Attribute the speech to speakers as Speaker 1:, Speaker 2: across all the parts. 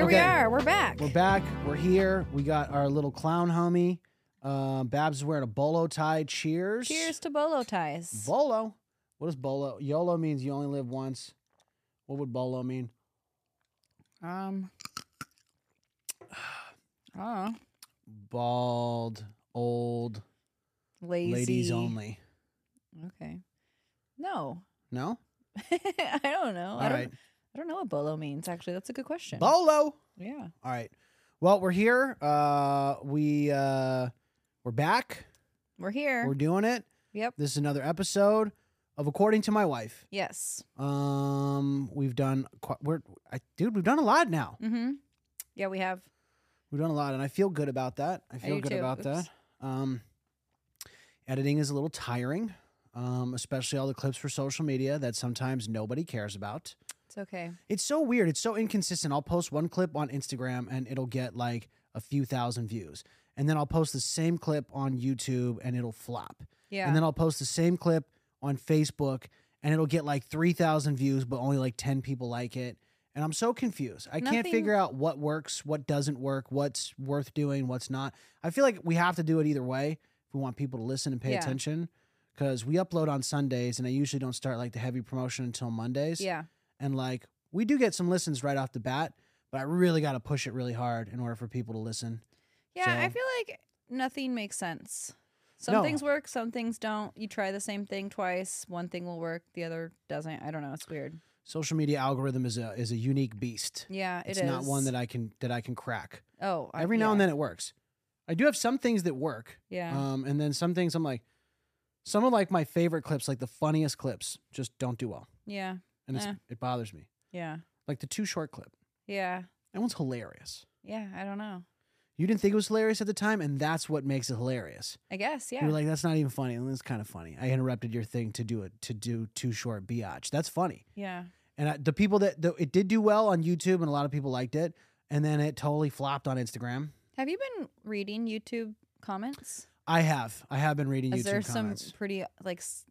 Speaker 1: we're back.
Speaker 2: We're back. We're here. We got our little clown homie. Um, Babs is wearing a bolo tie. Cheers.
Speaker 1: Cheers to bolo ties.
Speaker 2: Bolo. What is bolo? YOLO means you only live once. What would bolo mean?
Speaker 1: um, oh,
Speaker 2: Bald, old,
Speaker 1: lazy.
Speaker 2: ladies only.
Speaker 1: Okay. No,
Speaker 2: No?
Speaker 1: I don't know.
Speaker 2: All
Speaker 1: I don't,
Speaker 2: right.
Speaker 1: I don't know what bolo means. Actually, that's a good question.
Speaker 2: Bolo.
Speaker 1: yeah.
Speaker 2: All right. Well, we're here. Uh, we uh, we're back.
Speaker 1: We're here.
Speaker 2: We're doing it.
Speaker 1: yep.
Speaker 2: This is another episode of According to My Wife.
Speaker 1: Yes.
Speaker 2: Um, we've done quite, we're I, dude, we've done a lot now.
Speaker 1: Mm-hmm. Yeah, we have.
Speaker 2: We've done a lot, and I feel good about that. I feel
Speaker 1: do
Speaker 2: good
Speaker 1: too.
Speaker 2: about
Speaker 1: Oops.
Speaker 2: that. Um, editing is a little tiring, um, especially all the clips for social media that sometimes nobody cares about.
Speaker 1: It's okay.
Speaker 2: It's so weird. It's so inconsistent. I'll post one clip on Instagram and it'll get like a few thousand views. And then I'll post the same clip on YouTube and it'll flop.
Speaker 1: Yeah.
Speaker 2: And then I'll post the same clip on Facebook and it'll get like 3,000 views, but only like 10 people like it. And I'm so confused. I can't
Speaker 1: Nothing-
Speaker 2: figure out what works, what doesn't work, what's worth doing, what's not. I feel like we have to do it either way if we want people to listen and pay
Speaker 1: Yeah.
Speaker 2: attention because we upload on Sundays and I usually don't start like the heavy promotion until Mondays
Speaker 1: yeah.
Speaker 2: and like we do get some listens right off the bat but i really got to push it really hard in order for people to listen
Speaker 1: Yeah, I
Speaker 2: So-
Speaker 1: feel like nothing makes sense. Some
Speaker 2: No.
Speaker 1: things work, some things don't. You try the same thing twice, one thing will work, the other doesn't. I don't know. It's weird.
Speaker 2: social media algorithm is a is a unique beast
Speaker 1: Yeah, it
Speaker 2: it's
Speaker 1: is.
Speaker 2: not one that i can that i can crack
Speaker 1: oh, I-
Speaker 2: every now and
Speaker 1: yeah,
Speaker 2: then it works i do have some things that work
Speaker 1: Yeah.
Speaker 2: um and then some things i'm like some of like my favorite clips like the funniest clips just don't do well
Speaker 1: yeah.
Speaker 2: and it's,
Speaker 1: Eh.
Speaker 2: it bothers me
Speaker 1: Yeah.
Speaker 2: like the two short clip
Speaker 1: Yeah.
Speaker 2: that one's hilarious
Speaker 1: Yeah. I don't know.
Speaker 2: you didn't think it was hilarious at the time and that's what makes it hilarious
Speaker 1: I guess. Yeah.
Speaker 2: You were like, that's not even funny. And it's kind of funny. I interrupted your thing to do it to do too short biatch. That's funny.
Speaker 1: yeah.
Speaker 2: And I, the people that the, it did do well on YouTube, and a lot of people liked it. And then it totally flopped on Instagram.
Speaker 1: Have you been reading YouTube comments?
Speaker 2: I have, I have been reading
Speaker 1: Is
Speaker 2: YouTube
Speaker 1: there
Speaker 2: comments.
Speaker 1: some pretty like s-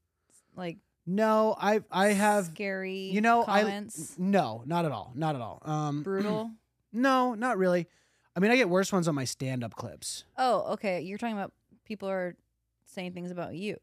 Speaker 1: like
Speaker 2: no, I, I have.
Speaker 1: scary
Speaker 2: You know,
Speaker 1: comments?
Speaker 2: I no, not at all, not at all. Um,
Speaker 1: brutal.
Speaker 2: no, not really. I mean, I get worse ones on my stand-up clips.
Speaker 1: oh, okay. You're talking about people are saying things about you.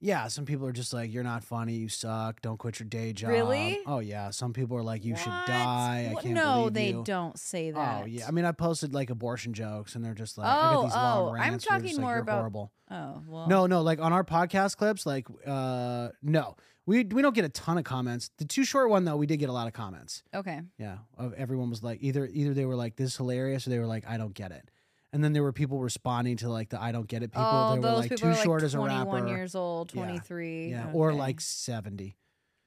Speaker 2: Yeah, some people are just like, "You're not funny. You suck. Don't quit your day job."
Speaker 1: Really?
Speaker 2: Oh yeah. Some people are like, "You should
Speaker 1: What?
Speaker 2: die." I
Speaker 1: What-
Speaker 2: can't
Speaker 1: no,
Speaker 2: believe
Speaker 1: they
Speaker 2: you.
Speaker 1: don't say that.
Speaker 2: Oh yeah, I mean, I posted like abortion jokes, and they're just like, I
Speaker 1: Oh,
Speaker 2: got these
Speaker 1: oh,
Speaker 2: long
Speaker 1: I'm
Speaker 2: rants. where they're
Speaker 1: talking
Speaker 2: just like,
Speaker 1: more
Speaker 2: "You're
Speaker 1: about-
Speaker 2: horrible.
Speaker 1: Oh well.
Speaker 2: No, no, like on our podcast clips, like, uh, no, we we don't get a ton of comments. The too short one though, we did get a lot of comments.
Speaker 1: Okay.
Speaker 2: Yeah, of everyone was like, either either they were like, this is hilarious, or they were like, I don't get it. And then there were people responding to like the I don't get it people.
Speaker 1: oh,
Speaker 2: they
Speaker 1: those
Speaker 2: were like
Speaker 1: people
Speaker 2: too
Speaker 1: are like
Speaker 2: short as a
Speaker 1: 21
Speaker 2: rapper.
Speaker 1: years old,
Speaker 2: Yeah.
Speaker 1: 23.
Speaker 2: yeah, or
Speaker 1: okay.
Speaker 2: like seventy.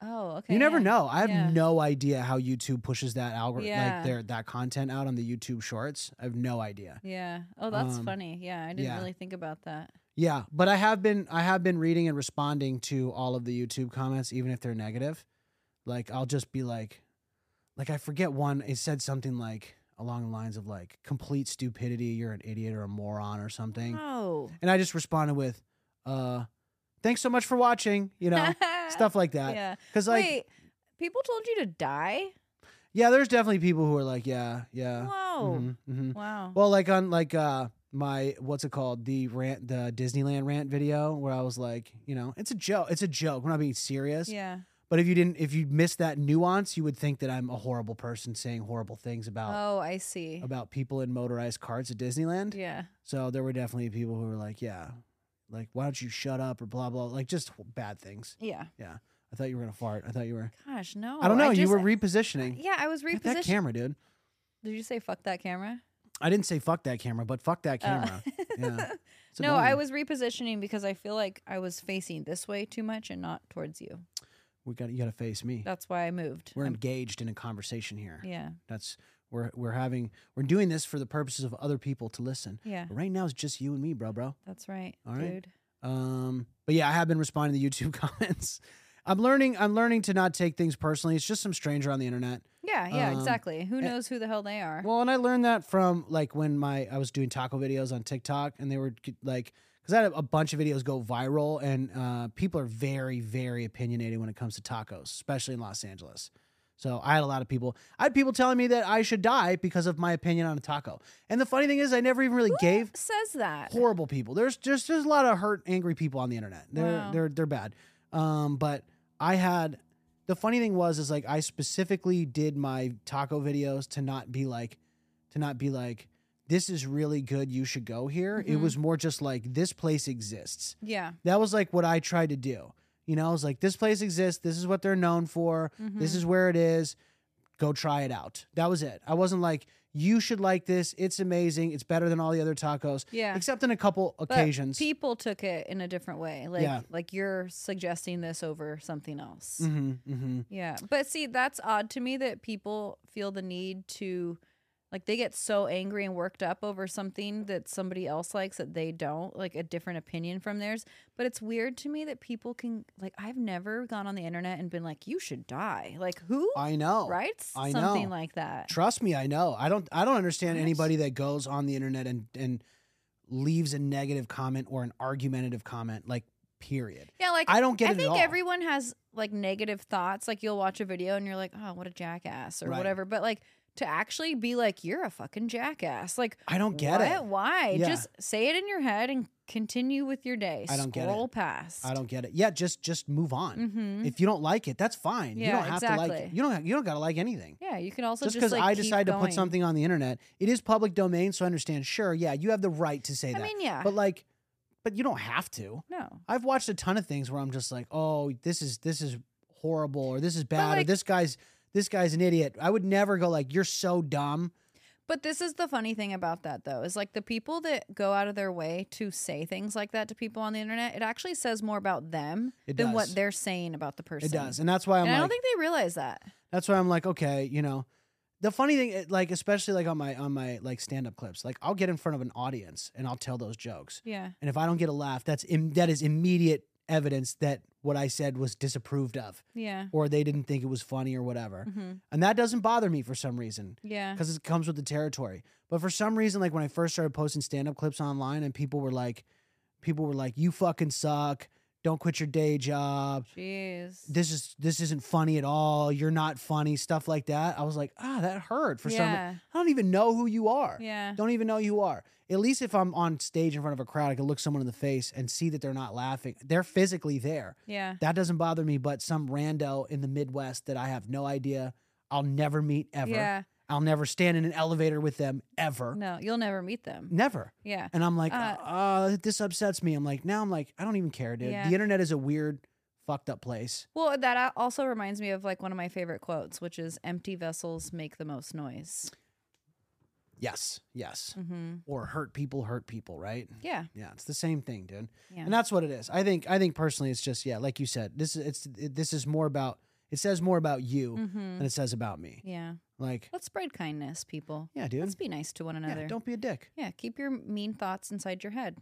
Speaker 1: Oh, okay.
Speaker 2: you never
Speaker 1: yeah.
Speaker 2: know. I have
Speaker 1: yeah.
Speaker 2: no idea how YouTube pushes that algorithm,
Speaker 1: Yeah.
Speaker 2: like their that content out on the YouTube Shorts. I have no idea.
Speaker 1: Yeah. Oh, that's
Speaker 2: Um,
Speaker 1: funny. Yeah, I didn't
Speaker 2: yeah.
Speaker 1: really think about that.
Speaker 2: Yeah, but I have been I have been reading and responding to all of the YouTube comments, even if they're negative. Like I'll just be like, like I forget one. It said something like along the lines of like complete stupidity. You're an idiot or a moron or something.
Speaker 1: Oh.
Speaker 2: And I just responded with, uh, thanks so much for watching. You know, stuff like that.
Speaker 1: Yeah.
Speaker 2: Because like,
Speaker 1: Wait, people told you to die?
Speaker 2: yeah, there's definitely people who are like, yeah, yeah.
Speaker 1: wow.
Speaker 2: mhm, mhm.
Speaker 1: Wow.
Speaker 2: Well, like on like uh my what's it called the rant the Disneyland rant video where I was like, you know, it's a joke. It's a joke. We're not being serious.
Speaker 1: yeah.
Speaker 2: But if you didn't, if you missed that nuance, you would think that I'm a horrible person saying horrible things about
Speaker 1: Oh, I see.
Speaker 2: about people in motorized carts at Disneyland.
Speaker 1: Yeah.
Speaker 2: So there were definitely people who were like, yeah, like why don't you shut up or blah blah, like just bad things.
Speaker 1: Yeah.
Speaker 2: I thought you were gonna fart. I thought you were.
Speaker 1: Gosh, no.
Speaker 2: I don't know. you
Speaker 1: Oh, just-
Speaker 2: were repositioning.
Speaker 1: Yeah, I was
Speaker 2: Fuck That
Speaker 1: repositioned.
Speaker 2: camera, dude.
Speaker 1: Did you say fuck that camera?
Speaker 2: I didn't say fuck that camera, but fuck that
Speaker 1: Uh,
Speaker 2: camera. Yeah. It's
Speaker 1: no, I
Speaker 2: annoying.
Speaker 1: was repositioning because I feel like I was facing this way too much and not towards you.
Speaker 2: We got you. Got to face me.
Speaker 1: That's why I moved.
Speaker 2: we're
Speaker 1: I'm-
Speaker 2: engaged in a conversation here.
Speaker 1: yeah.
Speaker 2: That's we're we're having we're doing this for the purposes of other people to listen.
Speaker 1: Yeah.
Speaker 2: But right now it's just you and me, bro, bro.
Speaker 1: That's right,
Speaker 2: All right.
Speaker 1: dude.
Speaker 2: Um, but yeah, I have been responding to YouTube comments. I'm learning. I'm learning to not take things personally. It's just some stranger on the internet.
Speaker 1: Yeah, yeah,
Speaker 2: Um,
Speaker 1: exactly. Who
Speaker 2: eh,
Speaker 1: knows who the hell they are?
Speaker 2: Well, and I learned that from like when my I was doing taco videos on TikTok, and they were like, because I had a bunch of videos go viral, and uh, people are very, very opinionated when it comes to tacos, especially in Los Angeles. So I had a lot of people. I had people telling me that I should die because of my opinion on a taco. And the funny thing is, I never even really gave
Speaker 1: Who says that?
Speaker 2: horrible people. There's just there's a lot of hurt, angry people on the internet. They're
Speaker 1: Wow.
Speaker 2: they're they're bad. Um, but I had the funny thing was is like I specifically did my taco videos to not be like to not be like this is really good. You should go here. It
Speaker 1: Mhm.
Speaker 2: was more just like this place exists.
Speaker 1: Yeah.
Speaker 2: That was like what I tried to do. You know, I was like this place exists. This is what they're known for. This
Speaker 1: Mhm.
Speaker 2: is where it is. Go try it out. That was it. I wasn't like you should like this. It's amazing. It's better than all the other tacos
Speaker 1: yeah.
Speaker 2: except in a couple
Speaker 1: But
Speaker 2: occasions.
Speaker 1: people took it in a different way. Like
Speaker 2: Yeah.
Speaker 1: like you're suggesting this over something else.
Speaker 2: hmm hmm
Speaker 1: Yeah. But see, that's odd to me that people feel the need to like they get so angry and worked up over something that somebody else likes that they don't, like a different opinion from theirs. But it's weird to me that people can like I've never gone on the internet and been like, You should die. Like who
Speaker 2: I know.
Speaker 1: writes
Speaker 2: I
Speaker 1: something
Speaker 2: know.
Speaker 1: like that?
Speaker 2: Trust me, I know. I don't. I don't understand
Speaker 1: What?
Speaker 2: anybody that goes on the internet and and leaves a negative comment or an argumentative comment. Like, period.
Speaker 1: yeah, like
Speaker 2: I don't get
Speaker 1: I
Speaker 2: it
Speaker 1: think
Speaker 2: at all.
Speaker 1: everyone has like negative thoughts. Like you'll watch a video and you're like, oh, what a jackass or
Speaker 2: Right.
Speaker 1: whatever. But like to actually be like, you're a fucking jackass. Like,
Speaker 2: I don't get
Speaker 1: what?
Speaker 2: it.
Speaker 1: Why?
Speaker 2: Yeah.
Speaker 1: Just say it in your head and continue with your day.
Speaker 2: I don't get it.
Speaker 1: Scroll past.
Speaker 2: I don't get it. Yeah, just just move on.
Speaker 1: Mm-hmm.
Speaker 2: If you don't like it, that's fine. you
Speaker 1: Yeah,
Speaker 2: don't have to like.
Speaker 1: exactly.
Speaker 2: You don't. have- You don't gotta like anything.
Speaker 1: yeah, you can also
Speaker 2: Just
Speaker 1: just
Speaker 2: because
Speaker 1: like,
Speaker 2: I
Speaker 1: keep
Speaker 2: decide to put
Speaker 1: going.
Speaker 2: something on the internet, it is public domain, so I understand. Sure, yeah, you have the right to say
Speaker 1: I
Speaker 2: that.
Speaker 1: mean, yeah.
Speaker 2: but like, but you don't have to.
Speaker 1: no.
Speaker 2: I've watched a ton of things where I'm just like, oh, this is this is horrible, or this is bad, or
Speaker 1: like-
Speaker 2: this guy's this guy's an idiot. I would never go like, you're so dumb.
Speaker 1: But this is the funny thing about that, though, is like the people that go out of their way to say things like that to people on the internet, it actually says more about them
Speaker 2: It
Speaker 1: than
Speaker 2: does.
Speaker 1: what they're saying about the person.
Speaker 2: It does, and that's why I'm
Speaker 1: and I
Speaker 2: like,
Speaker 1: don't think they realize that.
Speaker 2: that's why I'm like, okay, you know. The funny thing, it- like especially like on my on my like stand up clips, like I'll get in front of an audience and I'll tell those jokes,
Speaker 1: Yeah.
Speaker 2: and if I don't get a laugh, that's Im- that is immediate evidence that what I said was disapproved of,
Speaker 1: Yeah.
Speaker 2: or they didn't think it was funny or whatever,
Speaker 1: hmm
Speaker 2: and that doesn't bother me for some reason.
Speaker 1: Yeah.
Speaker 2: because it comes with the territory. But for some reason, like when I first started posting stand up clips online, and people were like, people were like, "You fucking suck! Don't quit your day job.
Speaker 1: Jeez.
Speaker 2: This is this isn't funny at all. You're not funny." Stuff like that. I was like, ah, that hurt for some.
Speaker 1: yeah.
Speaker 2: I don't even know who you are.
Speaker 1: Yeah.
Speaker 2: Don't even know who you are. At least if I'm on stage in front of a crowd, I can look someone in the face and see that they're not laughing. They're physically there.
Speaker 1: Yeah.
Speaker 2: That doesn't bother me. But some rando in the Midwest that I have no idea, I'll never meet ever.
Speaker 1: Yeah.
Speaker 2: I'll never stand in an elevator with them ever.
Speaker 1: No, you'll never meet them.
Speaker 2: Never.
Speaker 1: Yeah.
Speaker 2: And I'm like, uh,
Speaker 1: Uh,
Speaker 2: uh, this upsets me. I'm like, now I'm like, I don't even care, dude.
Speaker 1: Yeah.
Speaker 2: The internet is a weird, fucked up place.
Speaker 1: Well, that a- also reminds me of like one of my favorite quotes, which is empty vessels make the most noise.
Speaker 2: Yes, yes.
Speaker 1: hmm
Speaker 2: Or hurt people, hurt people, right?
Speaker 1: Yeah.
Speaker 2: Yeah, it's the same thing, dude.
Speaker 1: Yeah.
Speaker 2: And that's what it is. I think. I think personally, it's just yeah, like you said, this is it's it, this is more about. It says more about you
Speaker 1: hmm
Speaker 2: than it says about me.
Speaker 1: Yeah.
Speaker 2: Like,
Speaker 1: Let's spread kindness, people.
Speaker 2: yeah, dude.
Speaker 1: Let's be nice to one another.
Speaker 2: Yeah,
Speaker 1: Yeah,
Speaker 2: don't be a dick.
Speaker 1: keep your mean thoughts inside your head.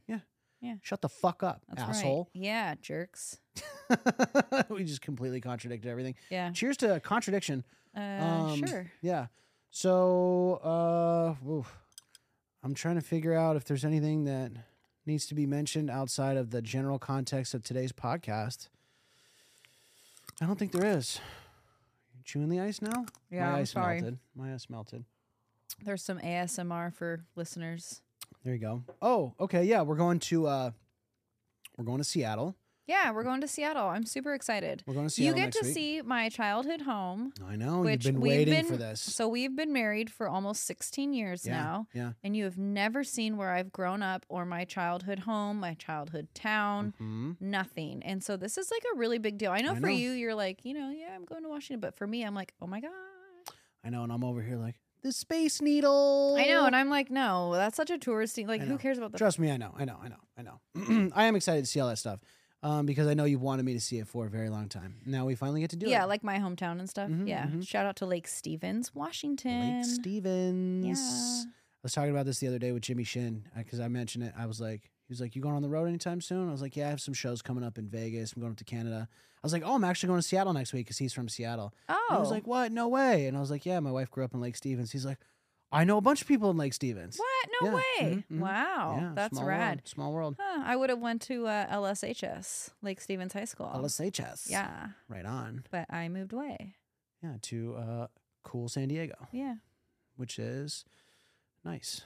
Speaker 2: Shut the fuck up,
Speaker 1: That's
Speaker 2: asshole.
Speaker 1: right. Yeah, jerks.
Speaker 2: we just completely contradicted everything.
Speaker 1: Yeah.
Speaker 2: Cheers to contradiction.
Speaker 1: Uh,
Speaker 2: Um,
Speaker 1: sure.
Speaker 2: Yeah. So, uh, oof. I'm trying to figure out if there's anything that needs to be mentioned outside of the general context of today's podcast. I don't think there is. You chewing the ice now?
Speaker 1: Yeah,
Speaker 2: My
Speaker 1: I'm
Speaker 2: ice
Speaker 1: sorry.
Speaker 2: melted. My ice melted.
Speaker 1: There's some ASMR for listeners.
Speaker 2: There you go. Oh, okay. Yeah, we're going to uh, we're going to Seattle.
Speaker 1: Yeah, we're going to Seattle. I'm super excited.
Speaker 2: We're going to Seattle
Speaker 1: you get
Speaker 2: next
Speaker 1: to
Speaker 2: week.
Speaker 1: see my childhood home.
Speaker 2: I know you've
Speaker 1: which
Speaker 2: been
Speaker 1: we've
Speaker 2: waiting
Speaker 1: been-
Speaker 2: for this.
Speaker 1: So we've been married for almost 16 years
Speaker 2: Yeah,
Speaker 1: now,
Speaker 2: Yeah.
Speaker 1: and you have never seen where I've grown up or my childhood home, my childhood town,
Speaker 2: hmm
Speaker 1: nothing. And so this is like a really big deal. I know
Speaker 2: I
Speaker 1: for
Speaker 2: know.
Speaker 1: you, you're like, you know, yeah, I'm going to Washington, but for me, I'm like, oh my god.
Speaker 2: I know, and I'm over here like the Space Needle.
Speaker 1: I know, and I'm like, no, that's such a touristy. Like,
Speaker 2: I
Speaker 1: who
Speaker 2: know.
Speaker 1: cares about the?
Speaker 2: Trust me, I know, I know, I know, I know. I am excited to see all that stuff um, because I know you wanted me to see it for a very long time. Now we finally get to do
Speaker 1: yeah,
Speaker 2: it.
Speaker 1: like my hometown and stuff.
Speaker 2: Mhm,
Speaker 1: yeah,
Speaker 2: mhm.
Speaker 1: shout out to Lake Stevens, Washington.
Speaker 2: Lake
Speaker 1: Yeah,
Speaker 2: Stevens. I was talking about this the other day with Jimmy Shin because I mentioned it. I was like, he was like, "You going on the road anytime soon?" I was like, "Yeah, I have some shows coming up in Vegas. I'm going up to Canada." I was like, "Oh, I'm actually going to Seattle next week because he's from Seattle."
Speaker 1: oh,
Speaker 2: He was like, "What? No way!" And I was like, "Yeah, my wife grew up in Lake Stevens." He's like, "I know a bunch of people in Lake Stevens."
Speaker 1: what? No
Speaker 2: Yeah,
Speaker 1: way!
Speaker 2: mhm, mhm.
Speaker 1: Wow,
Speaker 2: Yeah,
Speaker 1: that's
Speaker 2: small
Speaker 1: rad.
Speaker 2: World, small world.
Speaker 1: Huh, I would have went to uh, LSHS, Lake Stevens High School.
Speaker 2: LSHS.
Speaker 1: Yeah,
Speaker 2: Right on.
Speaker 1: but I moved away.
Speaker 2: yeah, to uh, cool San Diego,
Speaker 1: Yeah,
Speaker 2: which is nice.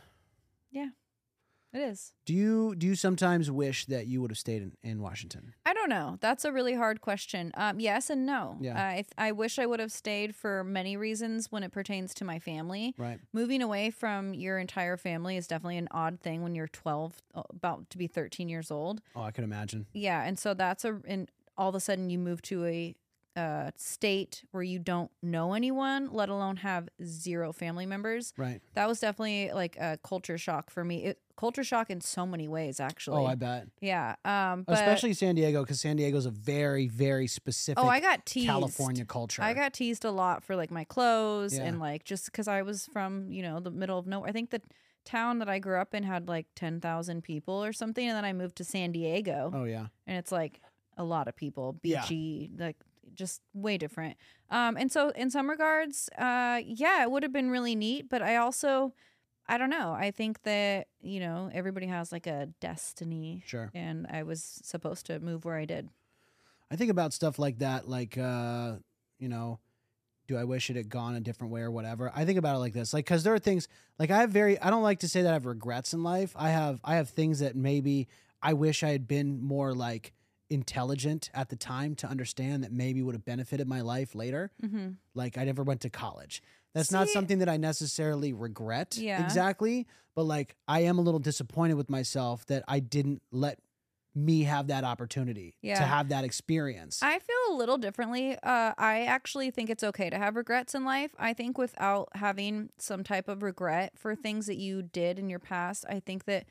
Speaker 1: it is.
Speaker 2: Do you do you sometimes wish that you would have stayed in, in Washington?
Speaker 1: I don't know. That's a really hard question. Um, yes and no.
Speaker 2: Yeah.
Speaker 1: I th- I wish I would have stayed for many reasons when it pertains to my family.
Speaker 2: Right.
Speaker 1: Moving away from your entire family is definitely an odd thing when you're 12, uh, about to be 13 years old.
Speaker 2: Oh, I could imagine.
Speaker 1: Yeah, and so that's a and all of a sudden you move to a uh, state where you don't know anyone, let alone have zero family members.
Speaker 2: Right.
Speaker 1: That was definitely like a culture shock for me. It, culture shock in so many ways, actually.
Speaker 2: Oh, I bet.
Speaker 1: yeah. Um, but,
Speaker 2: Especially San Diego, because San Diego's a very, very specific
Speaker 1: oh, I got teased.
Speaker 2: California culture.
Speaker 1: I got teased a lot for like my clothes
Speaker 2: Yeah.
Speaker 1: and like just because I was from you know the middle of nowhere. I think the town that I grew up in had like ten thousand people or something, and then I moved to San Diego.
Speaker 2: Oh yeah.
Speaker 1: and it's like a lot of people
Speaker 2: Yeah.
Speaker 1: beachy like just way different um and so in some regards uh yeah it would have been really neat but i also i don't know i think that you know everybody has like a destiny
Speaker 2: Sure.
Speaker 1: and i was supposed to move where i did
Speaker 2: I think about stuff like that, like uh, you know, do I wish it had gone a different way or whatever? I think about it like this, like because there are things like I have very. I don't like to say that I have regrets in life. I have I have things that maybe I wish I had been more like intelligent at the time to understand that maybe would have benefited my life later.
Speaker 1: mm-hmm.
Speaker 2: Like I never went to college. That's not
Speaker 1: See-
Speaker 2: something that I necessarily regret
Speaker 1: Yeah.
Speaker 2: exactly, but like I am a little disappointed with myself that I didn't let me have that opportunity to
Speaker 1: Yeah.
Speaker 2: have that experience.
Speaker 1: I feel a little differently. Uh, I actually think it's okay to have regrets in life. I think without having some type of regret for things that you did in your past, I think that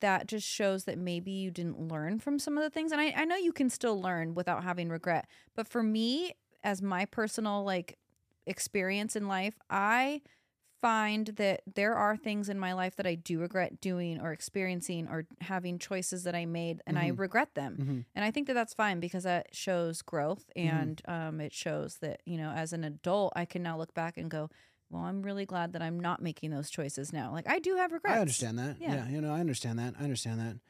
Speaker 1: that just shows that maybe you didn't learn from some of the things. And I, I know you can still learn without having regret. But for me, as my personal like experience in life, I find that there are things in my life that I do regret doing or experiencing or having choices that I made and I
Speaker 2: Mhm.
Speaker 1: regret them.
Speaker 2: Mhm.
Speaker 1: And I think that that's fine because that shows growth
Speaker 2: Mm-hmm.
Speaker 1: and um, it shows that, you know, as an adult, I can now look back and go, well, I'm really glad that I'm not making those choices now. Like, I do have regrets.
Speaker 2: I understand that. Yeah.
Speaker 1: Yeah.
Speaker 2: you know, I understand that. I understand that.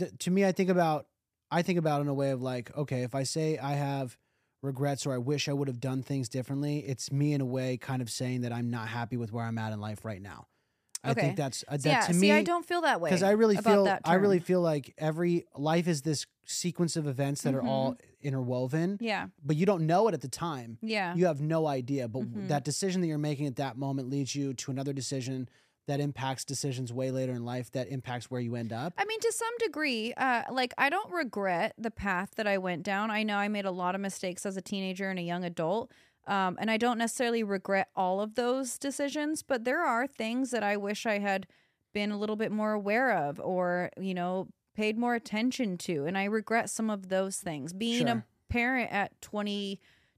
Speaker 2: Th- to me, I think about, I think about it in a way of like, okay, if I say I have regrets or I wish I would have done things differently, it's me in a way kind of saying that I'm not happy with where I'm at in life right now. I
Speaker 1: Okay.
Speaker 2: think that's uh, that
Speaker 1: yeah,
Speaker 2: to
Speaker 1: see,
Speaker 2: me
Speaker 1: I don't feel that way.
Speaker 2: because I really
Speaker 1: about
Speaker 2: feel
Speaker 1: that
Speaker 2: I really
Speaker 1: term.
Speaker 2: feel like every life is this sequence of events that are all interwoven,
Speaker 1: yeah,
Speaker 2: but you don't know it at the time
Speaker 1: Mm-hmm. yeah,
Speaker 2: you have no idea but w-
Speaker 1: Mhm.
Speaker 2: that decision that you're making at that moment leads you to another decision that impacts decisions way later in life that impacts where you end up
Speaker 1: I mean, to some degree, uh, like I don't regret the path that I went down. I know I made a lot of mistakes as a teenager and a young adult. Um, and I don't necessarily regret all of those decisions, but there are things that I wish I had been a little bit more aware of or, you know, paid more attention to. And I regret some of those things. Being
Speaker 2: Sure.
Speaker 1: a parent at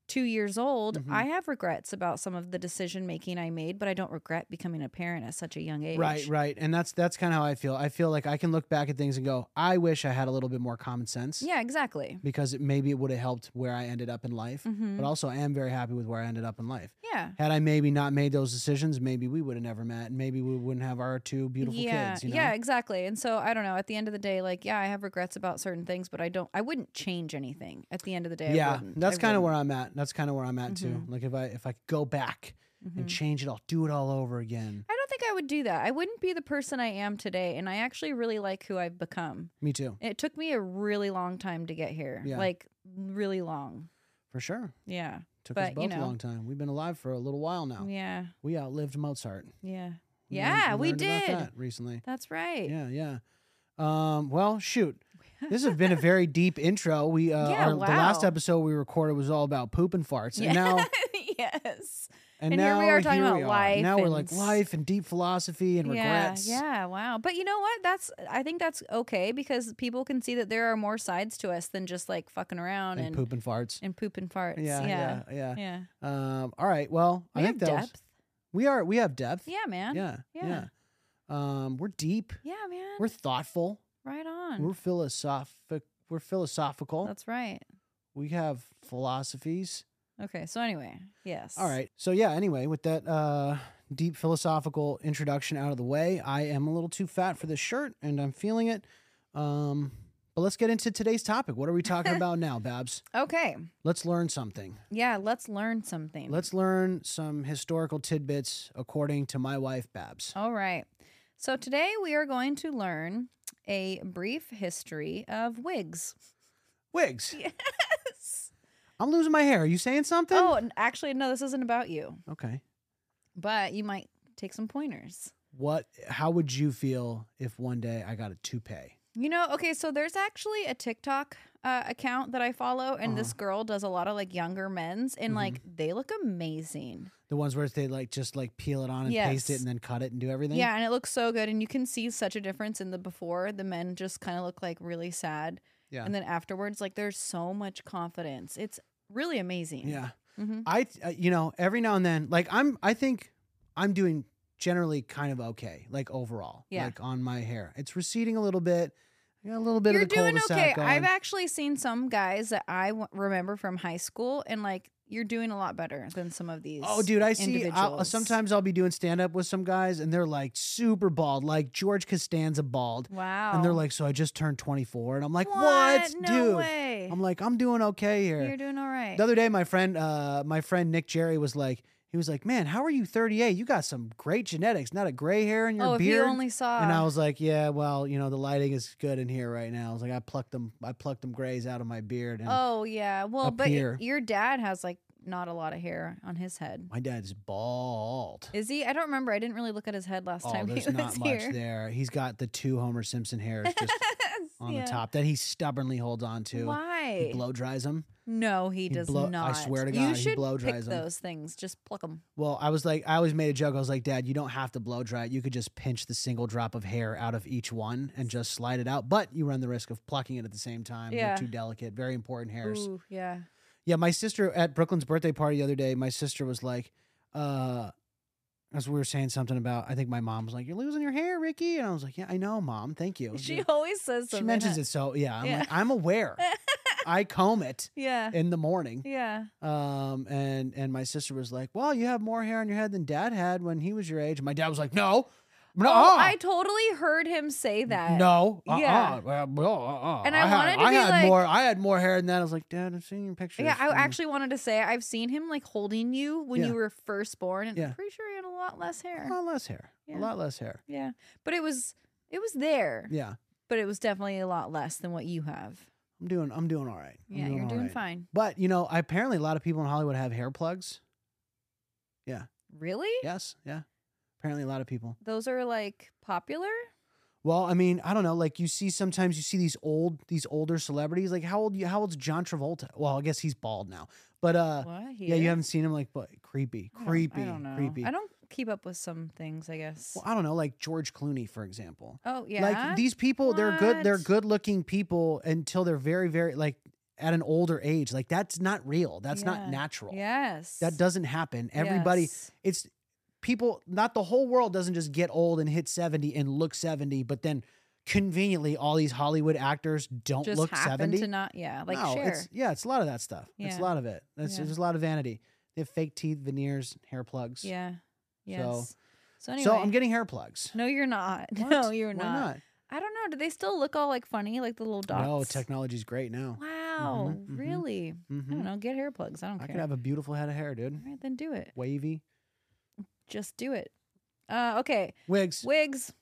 Speaker 1: 22 years old,
Speaker 2: Mhm.
Speaker 1: I have regrets about some of the decision making I made, but I don't regret becoming a parent at such a young age.
Speaker 2: right right and that's that's kind of how i feel i feel like i can look back at things and go i wish i had a little bit more common sense
Speaker 1: Yeah, exactly.
Speaker 2: because it, maybe it would have helped where i ended up in life
Speaker 1: hmm
Speaker 2: but also i am very happy with where i ended up in life
Speaker 1: Yeah.
Speaker 2: had i maybe not made those decisions maybe we would have never met and maybe we wouldn't have our two beautiful
Speaker 1: yeah,
Speaker 2: kids you know?
Speaker 1: Yeah, exactly. And so I don't know. At the end of the day, like, yeah, I have regrets about certain things, but I don't. I wouldn't change anything. At the end of the day, I
Speaker 2: yeah
Speaker 1: wouldn't.
Speaker 2: that's
Speaker 1: I
Speaker 2: kind of where
Speaker 1: wouldn't.
Speaker 2: i'm at that's kind of where i'm at too
Speaker 1: Mhm.
Speaker 2: like if i if i could go back and
Speaker 1: Mhm.
Speaker 2: change it all do it all over again
Speaker 1: I don't think I would do that. I wouldn't be the person I am today, and I actually really like who I've become.
Speaker 2: me too
Speaker 1: It took me a really long time to get here.
Speaker 2: Yeah.
Speaker 1: Like really long.
Speaker 2: for sure
Speaker 1: Yeah.
Speaker 2: took us
Speaker 1: But,
Speaker 2: both
Speaker 1: you
Speaker 2: a
Speaker 1: know.
Speaker 2: long time we've been alive for a little while now
Speaker 1: Yeah.
Speaker 2: we outlived mozart
Speaker 1: Yeah.
Speaker 2: We
Speaker 1: Yeah, we
Speaker 2: learned about
Speaker 1: did.
Speaker 2: that recently
Speaker 1: That's right.
Speaker 2: yeah yeah um, well shoot this has been a very deep intro we uh
Speaker 1: Yeah,
Speaker 2: our- the last
Speaker 1: wow.
Speaker 2: episode we recorded was all about poop and farts and
Speaker 1: Yeah.
Speaker 2: now
Speaker 1: yes.
Speaker 2: and,
Speaker 1: And
Speaker 2: now
Speaker 1: here we are talking
Speaker 2: here
Speaker 1: about
Speaker 2: we are.
Speaker 1: life
Speaker 2: now we're
Speaker 1: and
Speaker 2: like
Speaker 1: s-
Speaker 2: life and deep philosophy and regrets
Speaker 1: Yeah, yeah, wow. But you know what? That's I think that's okay because people can see that there are more sides to us than just like fucking around
Speaker 2: and
Speaker 1: and
Speaker 2: poop and farts
Speaker 1: and poop and farts.
Speaker 2: yeah yeah yeah,
Speaker 1: yeah.
Speaker 2: um all right well
Speaker 1: We
Speaker 2: i
Speaker 1: have
Speaker 2: think that was-
Speaker 1: depth.
Speaker 2: we are we have depth
Speaker 1: Yeah, man. Yeah,
Speaker 2: yeah, yeah.
Speaker 1: Yeah.
Speaker 2: Um, we're deep.
Speaker 1: man.
Speaker 2: We're thoughtful.
Speaker 1: right on.
Speaker 2: We're philosophic. We're philosophical.
Speaker 1: that's right.
Speaker 2: we have philosophies.
Speaker 1: Okay. So anyway, yes.
Speaker 2: All right. So yeah. Anyway, with that uh, deep philosophical introduction out of the way, I am a little too fat for this shirt, and I'm feeling it. Um, But let's get into today's topic. What are we talking about now, Babs?
Speaker 1: Okay.
Speaker 2: Let's learn something.
Speaker 1: Yeah, let's learn something.
Speaker 2: Let's learn some historical tidbits according to my wife, Babs.
Speaker 1: All right. So today we are going to learn a brief history of wigs.
Speaker 2: Wigs.
Speaker 1: Yes.
Speaker 2: I'm losing my hair. Are you saying something?
Speaker 1: Oh, and actually, no, this isn't about you,
Speaker 2: Okay.
Speaker 1: but you might take some pointers.
Speaker 2: What? How would you feel if one day I got a toupee?
Speaker 1: You know, okay, so there's actually a TikTok uh, account that I follow, and this
Speaker 2: Uh-huh.
Speaker 1: girl does a lot of like younger men's, and
Speaker 2: Mhm.
Speaker 1: like they look amazing.
Speaker 2: The ones where they like just like peel it on and paste it
Speaker 1: Yes.
Speaker 2: and then cut it and do everything.
Speaker 1: Yeah, and it looks so good, and you can see such a difference in the before. The men just kind of look like really sad,
Speaker 2: Yeah.
Speaker 1: and then afterwards, like there's so much confidence. It's really amazing.
Speaker 2: Yeah.
Speaker 1: hmm
Speaker 2: I, th- uh, you know, every now and then, like I'm, I think I'm doing generally kind of okay, like overall,
Speaker 1: Yeah.
Speaker 2: like on my hair. It's receding a little bit. I got a little bit
Speaker 1: You're
Speaker 2: of the
Speaker 1: doing
Speaker 2: cul-de-sac
Speaker 1: okay.
Speaker 2: going.
Speaker 1: I've actually seen some guys that I w- remember from high school, and like you're doing a lot better than some of these.
Speaker 2: Oh, dude, I see. I'll,
Speaker 1: individuals.
Speaker 2: sometimes I'll be doing stand up with some guys, and they're like super bald, like George Costanza bald,
Speaker 1: wow.
Speaker 2: and they're like, "So I just turned 24," and I'm like, "What,
Speaker 1: Oh. No
Speaker 2: dude?"
Speaker 1: way.
Speaker 2: I'm like, "I'm doing okay here."
Speaker 1: You're doing all right.
Speaker 2: The other day, my friend, uh, my friend Nick Jerry was like, he was like, "Man, how are you 38? You got some great genetics. Not a gray hair in your
Speaker 1: oh, if
Speaker 2: beard."
Speaker 1: you only saw.
Speaker 2: And I was like, yeah, well, you know, the lighting is good in here right now. I was like, I plucked them, I plucked them grays out of my beard, and
Speaker 1: oh yeah. Well, but y-
Speaker 2: here.
Speaker 1: your dad has like not a lot of hair on his head.
Speaker 2: my dad's bald.
Speaker 1: Is he? I don't remember. I didn't really look at his head last
Speaker 2: oh,
Speaker 1: time
Speaker 2: there's
Speaker 1: he was
Speaker 2: not
Speaker 1: here.
Speaker 2: much there. He's got the two Homer Simpson hairs just on
Speaker 1: Yeah.
Speaker 2: the top that he stubbornly holds on to.
Speaker 1: Why?
Speaker 2: He blow dries them.
Speaker 1: no, he
Speaker 2: he
Speaker 1: does
Speaker 2: blow- I
Speaker 1: not.
Speaker 2: swear to
Speaker 1: you
Speaker 2: God, he
Speaker 1: should
Speaker 2: blow
Speaker 1: pick
Speaker 2: dries 'em.
Speaker 1: those things. Just pluck them.
Speaker 2: Well, I was like, I always made a joke. I was like, Dad, you don't have to blow dry it. You could just pinch the single drop of hair out of each one and just slide it out. But you run the risk of plucking it at the same time.
Speaker 1: Yeah.
Speaker 2: They're too delicate. Very important hairs.
Speaker 1: Ooh, yeah.
Speaker 2: Yeah, my sister at Brooklyn's birthday party the other day, my sister was like, uh, as we were saying something about, I think my mom was like, You're losing your hair, Ricky. And I was like, Yeah, I know, mom. Thank you.
Speaker 1: She
Speaker 2: She,
Speaker 1: always says something.
Speaker 2: mentions it. So, yeah, I'm
Speaker 1: Yeah.
Speaker 2: like, I'm aware. I comb it
Speaker 1: Yeah.
Speaker 2: in the morning.
Speaker 1: Yeah.
Speaker 2: Um, and, and my sister was like, Well, you have more hair on your head than dad had when he was your age. And my dad was like, No, no,
Speaker 1: Oh, I totally heard him say that.
Speaker 2: uh-huh. no, uh-uh.
Speaker 1: Yeah.
Speaker 2: uh, uh, uh,
Speaker 1: And I
Speaker 2: had,
Speaker 1: wanted to
Speaker 2: I
Speaker 1: be
Speaker 2: had
Speaker 1: like-
Speaker 2: more, I had more hair than that. I was like, Dad, I'm seeing your pictures.
Speaker 1: Yeah, I
Speaker 2: from-
Speaker 1: actually wanted to say I've seen him like holding you when
Speaker 2: Yeah.
Speaker 1: you were first born, and
Speaker 2: Yeah. Uh-huh.
Speaker 1: I'm pretty sure he had a lot less hair.
Speaker 2: a lot less hair, a
Speaker 1: Yeah.
Speaker 2: lot less hair.
Speaker 1: Yeah, but it was it was there,
Speaker 2: Yeah,
Speaker 1: but it was definitely a lot less than what you have.
Speaker 2: I'm doing. I'm doing all right. I'm
Speaker 1: Yeah, you're
Speaker 2: all
Speaker 1: doing
Speaker 2: right.
Speaker 1: fine.
Speaker 2: But you know, apparently a lot of people in Hollywood have hair plugs.
Speaker 1: Really?
Speaker 2: Yes, yeah. Apparently a lot of people.
Speaker 1: Those are like popular.
Speaker 2: Well, I mean, I don't know. Like you see, sometimes you see these old, these older celebrities. Like how old? you- How old's John Travolta? Well, I guess he's bald now. But uh,
Speaker 1: what? He
Speaker 2: yeah,
Speaker 1: is?
Speaker 2: you haven't seen him. Like, but creepy,
Speaker 1: I don't-
Speaker 2: creepy,
Speaker 1: I don't know.
Speaker 2: creepy.
Speaker 1: I don't keep up with some things. I guess.
Speaker 2: well, I don't know. Like George Clooney, for example.
Speaker 1: oh yeah.
Speaker 2: Like these people, they're good. They're
Speaker 1: What?
Speaker 2: good looking people until they're very, very like at an older age. Like that's not real. That's not
Speaker 1: Yeah.
Speaker 2: natural.
Speaker 1: yes.
Speaker 2: That doesn't happen. Everybody,
Speaker 1: Yes.
Speaker 2: it's people. Not the whole world doesn't just get old and hit seventy and look seventy, but then conveniently all these Hollywood actors don't
Speaker 1: just
Speaker 2: look
Speaker 1: happen
Speaker 2: seventy.
Speaker 1: to not. Yeah. Like
Speaker 2: no,
Speaker 1: share.
Speaker 2: it's yeah, it's a lot of that stuff. It's a
Speaker 1: Yeah.
Speaker 2: lot of it. It's,
Speaker 1: Yeah.
Speaker 2: There's a lot of vanity. They have fake teeth, veneers, hair plugs.
Speaker 1: Yeah.
Speaker 2: So-
Speaker 1: Yes. So, anyway.
Speaker 2: So I'm getting hair plugs.
Speaker 1: no, you're not.
Speaker 2: What?
Speaker 1: No, you're
Speaker 2: Why
Speaker 1: not. I don't know. Do they still look all like funny, like the little dots?
Speaker 2: No, technology's great now.
Speaker 1: Wow,
Speaker 2: mhm.
Speaker 1: really? I
Speaker 2: Mhm.
Speaker 1: don't know. Get hair plugs. I don't
Speaker 2: I
Speaker 1: care.
Speaker 2: could have a beautiful head of hair, dude.
Speaker 1: all right, then do it.
Speaker 2: Wavy
Speaker 1: Just do it. Uh, okay,
Speaker 2: wigs.
Speaker 1: wigs.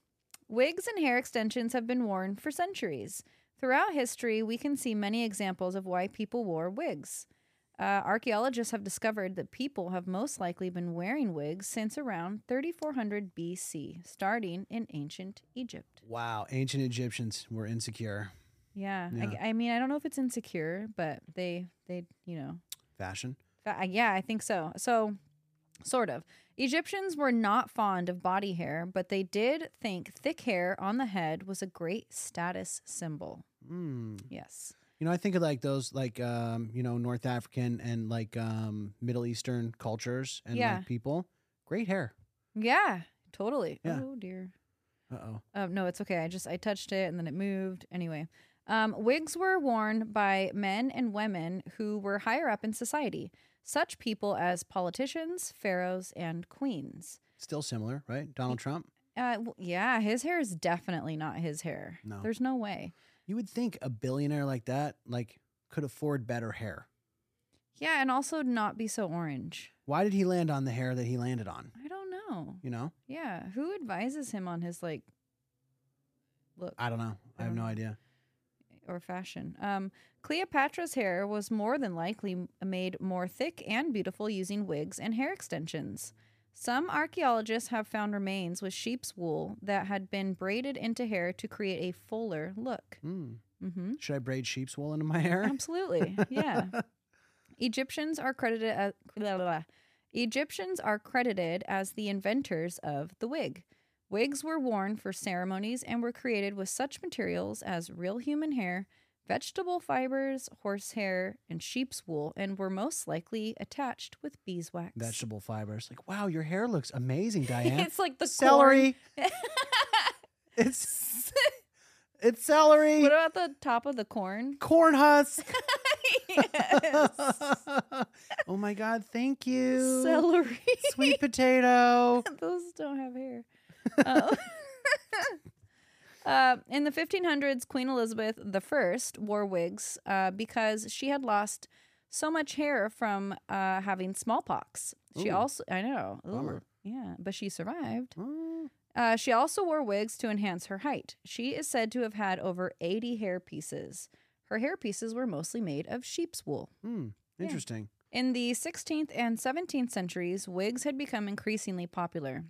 Speaker 1: Wigs and hair extensions have been worn for centuries. Throughout history, we can see many examples of why people wore wigs. Uh, archaeologists have discovered that people have most likely been wearing wigs since around 3400 BC, starting in ancient Egypt.
Speaker 2: Wow, ancient Egyptians were insecure.
Speaker 1: Yeah, I
Speaker 2: Yeah.
Speaker 1: g- I, mean, I don't know if it's insecure, but they they you know,
Speaker 2: Fashion.
Speaker 1: fa- yeah, I think so. So, sort of. Egyptians were not fond of body hair, but they did think thick hair on the head was a great status symbol.
Speaker 2: Mm.
Speaker 1: Yes.
Speaker 2: You know, I think of like those, like um, you know, North African and like um, Middle Eastern cultures and
Speaker 1: Yeah.
Speaker 2: like people. Great hair.
Speaker 1: Yeah, totally.
Speaker 2: Yeah.
Speaker 1: Oh dear.
Speaker 2: Uh oh.
Speaker 1: Um, no, it's okay. I just I touched it and then it moved. Anyway, um, wigs were worn by men and women who were higher up in society, such people as politicians, pharaohs, and queens.
Speaker 2: Still similar, right? Donald Trump.
Speaker 1: Uh, w yeah, his hair is definitely not his hair.
Speaker 2: No.
Speaker 1: There's no way.
Speaker 2: You would think a billionaire like that like could afford better hair.
Speaker 1: Yeah, and also not be so orange.
Speaker 2: Why did he land on the hair that he landed on?
Speaker 1: I don't know.
Speaker 2: You know,
Speaker 1: Yeah, who advises him on his like look
Speaker 2: I don't know. I have no idea.
Speaker 1: or fashion? Um, Cleopatra's hair was more than likely m- made more thick and beautiful using wigs and hair extensions. Some archaeologists have found remains with sheep's wool that had been braided into hair to create a fuller look.
Speaker 2: Mm.
Speaker 1: hmm
Speaker 2: Should I braid sheep's wool into my hair?
Speaker 1: Absolutely. Yeah. Egyptians are credited as blah, blah, blah. Egyptians are credited as the inventors of the wig. Wigs were worn for ceremonies and were created with such materials as real human hair, vegetable fibers, horsehair, and sheep's wool, and were most likely attached with beeswax.
Speaker 2: Vegetable fibers. Like, wow, your hair looks amazing, Diane.
Speaker 1: it's like the
Speaker 2: celery. it's
Speaker 1: corn.
Speaker 2: it's celery.
Speaker 1: what about the top of the corn?
Speaker 2: corn husk.
Speaker 1: Yes.
Speaker 2: oh my god, thank you.
Speaker 1: celery.
Speaker 2: Sweet potato.
Speaker 1: Those don't have hair. Oh. Uh, in the 1500s, Queen Elizabeth I wore wigs uh, because she had lost so much hair from uh, having smallpox. She
Speaker 2: Ooh.
Speaker 1: also, I know, Ooh.
Speaker 2: Bummer.
Speaker 1: yeah, but she survived.
Speaker 2: Mm.
Speaker 1: Uh, she also wore wigs to enhance her height. She is said to have had over 80 hair pieces. Her hair pieces were mostly made of sheep's wool.
Speaker 2: Mm.
Speaker 1: Yeah.
Speaker 2: Interesting.
Speaker 1: In the 16th and 17th centuries, wigs had become increasingly popular.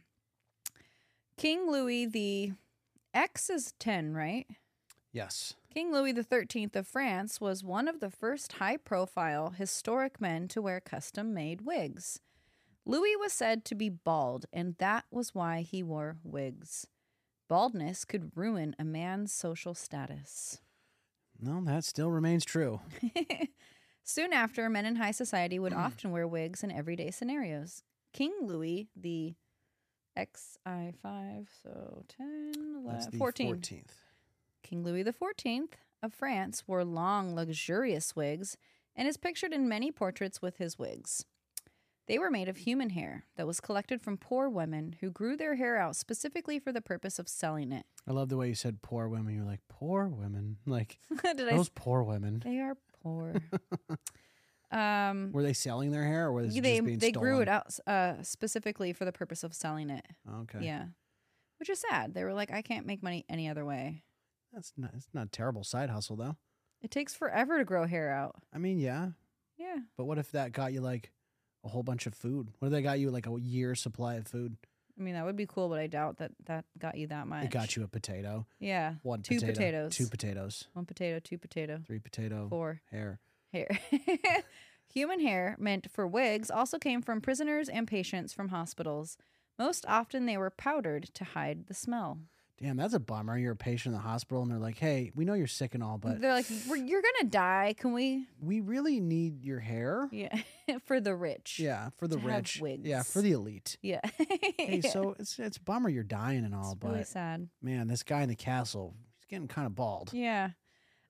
Speaker 1: King Louis the X is 10, right?
Speaker 2: Yes.
Speaker 1: King Louis the 13th of France was one of the first high-profile historic men to wear custom-made wigs. Louis was said to be bald, and that was why he wore wigs. Baldness could ruin a man's social status.
Speaker 2: No, that still remains true.
Speaker 1: Soon after, men in high society
Speaker 2: Mm.
Speaker 1: would often wear wigs in everyday scenarios. King Louis the XI five, so 10,
Speaker 2: That's
Speaker 1: 11,
Speaker 2: the
Speaker 1: 14.
Speaker 2: 14th.
Speaker 1: King Louis the Fourteenth of France wore long, luxurious wigs and is pictured in many portraits with his wigs. They were made of human hair that was collected from poor women who grew their hair out specifically for the purpose of selling it.
Speaker 2: I love the way you said poor women. You're like, poor women. Like,
Speaker 1: Did I?
Speaker 2: those
Speaker 1: s-
Speaker 2: poor women.
Speaker 1: They are poor. um,
Speaker 2: Were they selling their hair or was
Speaker 1: Yeah,
Speaker 2: it
Speaker 1: they
Speaker 2: just being
Speaker 1: they
Speaker 2: stolen?
Speaker 1: grew it out s- uh, specifically for the purpose of selling it.
Speaker 2: Okay.
Speaker 1: Yeah, which is sad. They were like, I can't make money any other way.
Speaker 2: That's not, it's not a terrible side hustle, though.
Speaker 1: It takes forever to grow hair out.
Speaker 2: I mean, yeah,
Speaker 1: Yeah,
Speaker 2: but what if that got you like a whole bunch of food? What if they got you like a year supply of food?
Speaker 1: I mean that would be cool, but I doubt that that got you that much.
Speaker 2: It got you a potato,
Speaker 1: Yeah,
Speaker 2: one
Speaker 1: Two
Speaker 2: potato,
Speaker 1: potatoes.
Speaker 2: two potatoes,
Speaker 1: one potato, two potato,
Speaker 2: three potato,
Speaker 1: four
Speaker 2: hair.
Speaker 1: hair. Human hair meant for wigs also came from prisoners and patients from hospitals. Most often, they were powdered to hide the smell.
Speaker 2: Damn, that's a bummer. You're a patient in the hospital, and they're like, "Hey, we know you're sick and all, but
Speaker 1: They're like, "We're- "You're gonna die. Can we?"
Speaker 2: we really need your hair."
Speaker 1: Yeah, for the rich.
Speaker 2: Yeah, for the
Speaker 1: To have
Speaker 2: rich. Yeah, for
Speaker 1: wigs.
Speaker 2: the elite.
Speaker 1: Yeah.
Speaker 2: Hey,
Speaker 1: Yeah.
Speaker 2: so it's it's a bummer you're dying and all,
Speaker 1: It's
Speaker 2: but
Speaker 1: really sad.
Speaker 2: man, this guy in the castle, he's getting kind of bald.
Speaker 1: Yeah.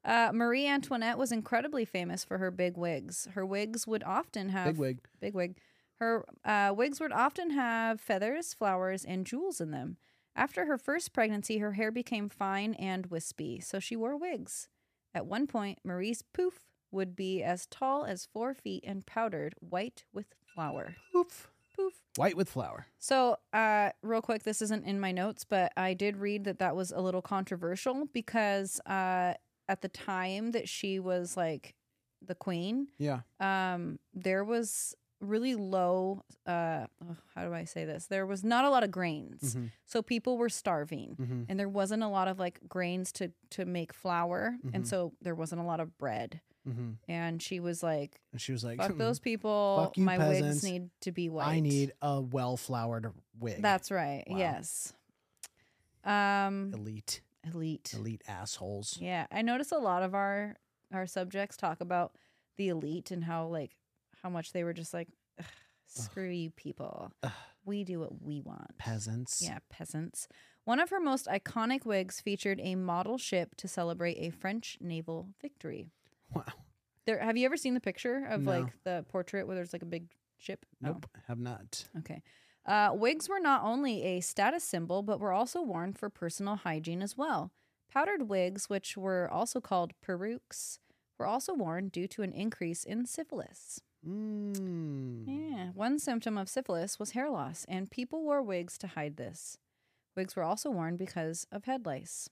Speaker 1: Uh, Marie Antoinette was incredibly famous for her big wigs. Her wigs would often have
Speaker 2: Big wig.
Speaker 1: Big wig. Her uh, wigs would often have feathers, flowers, and jewels in them. After her first pregnancy, her hair became fine and wispy, so she wore wigs. At one point, Marie's poof would be as tall as four feet and powdered white with flour.
Speaker 2: Oof.
Speaker 1: Poof.
Speaker 2: White with flour.
Speaker 1: So, uh, real quick, this isn't in my notes, but I did read that that was a little controversial because uh, at the time that she was like the queen,
Speaker 2: Yeah.
Speaker 1: um, there was really low. Uh, oh, how do I say this? There was not a lot of grains,
Speaker 2: Mhm.
Speaker 1: so people were starving,
Speaker 2: Mm-hmm.
Speaker 1: and there wasn't a lot of like grains to to make flour, and
Speaker 2: Mhm.
Speaker 1: so there wasn't a lot of bread.
Speaker 2: Mm-hmm.
Speaker 1: And she was like,
Speaker 2: And she was like,
Speaker 1: "Fuck
Speaker 2: "Hmm,
Speaker 1: those people!
Speaker 2: Fuck you
Speaker 1: My
Speaker 2: peasants.
Speaker 1: wigs need to be white.
Speaker 2: I need a well flowered wig.
Speaker 1: That's right.
Speaker 2: Wow.
Speaker 1: Yes. Um,
Speaker 2: elite,
Speaker 1: elite.
Speaker 2: elite assholes.
Speaker 1: Yeah, I notice a lot of our our subjects talk about the elite and how like how much they were just like, "Ugh, screw you people.
Speaker 2: Ugh.
Speaker 1: We do what we want.
Speaker 2: Peasants.
Speaker 1: Yeah, peasants. One of her most iconic wigs featured a model ship to celebrate a French naval victory.
Speaker 2: Wow.
Speaker 1: There, have you ever seen the picture of
Speaker 2: No.
Speaker 1: like the portrait where there's like a big ship? No.
Speaker 2: Nope. Have not.
Speaker 1: Okay. Uh, wigs were not only a status symbol, but were also worn for personal hygiene as well. Powdered wigs, which were also called perukes, were also worn due to an increase in syphilis.
Speaker 2: Mm.
Speaker 1: Yeah, one symptom of syphilis was hair loss, and people wore wigs to hide this. Wigs were also worn because of head lice.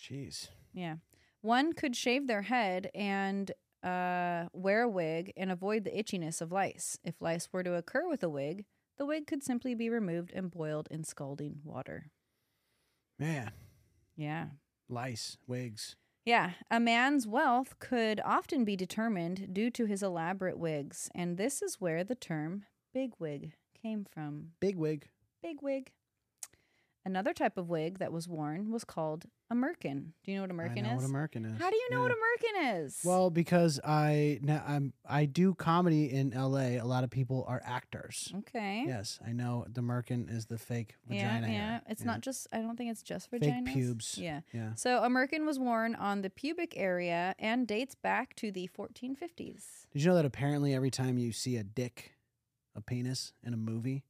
Speaker 2: Jeez.
Speaker 1: Yeah. One could shave their head and uh, wear a wig and avoid the itchiness of lice. If lice were to occur with a wig, the wig could simply be removed and boiled in scalding water.
Speaker 2: Man,
Speaker 1: Yeah.
Speaker 2: lice, wigs.
Speaker 1: Yeah. A man's wealth could often be determined due to his elaborate wigs. And this is where the term bigwig came from.
Speaker 2: Big wig.
Speaker 1: Bigwig. Another type of wig that was worn was called a merkin. Do you know what a
Speaker 2: I
Speaker 1: merkin
Speaker 2: know
Speaker 1: is?
Speaker 2: what a merkin is.
Speaker 1: How do you know
Speaker 2: Yeah.
Speaker 1: what a merkin is?
Speaker 2: Well, because I now I'm I do comedy in L.A. A lot of people are actors.
Speaker 1: okay.
Speaker 2: Yes, I know the merkin is the fake vagina.
Speaker 1: yeah,
Speaker 2: hair.
Speaker 1: It's
Speaker 2: Yeah.
Speaker 1: not just. I don't think it's just
Speaker 2: Fake
Speaker 1: vaginas.
Speaker 2: pubes.
Speaker 1: Yeah.
Speaker 2: Yeah.
Speaker 1: So a merkin was worn on the pubic area and dates back to the 1450s.
Speaker 2: Did you know that apparently every time you see a dick, a penis in a movie,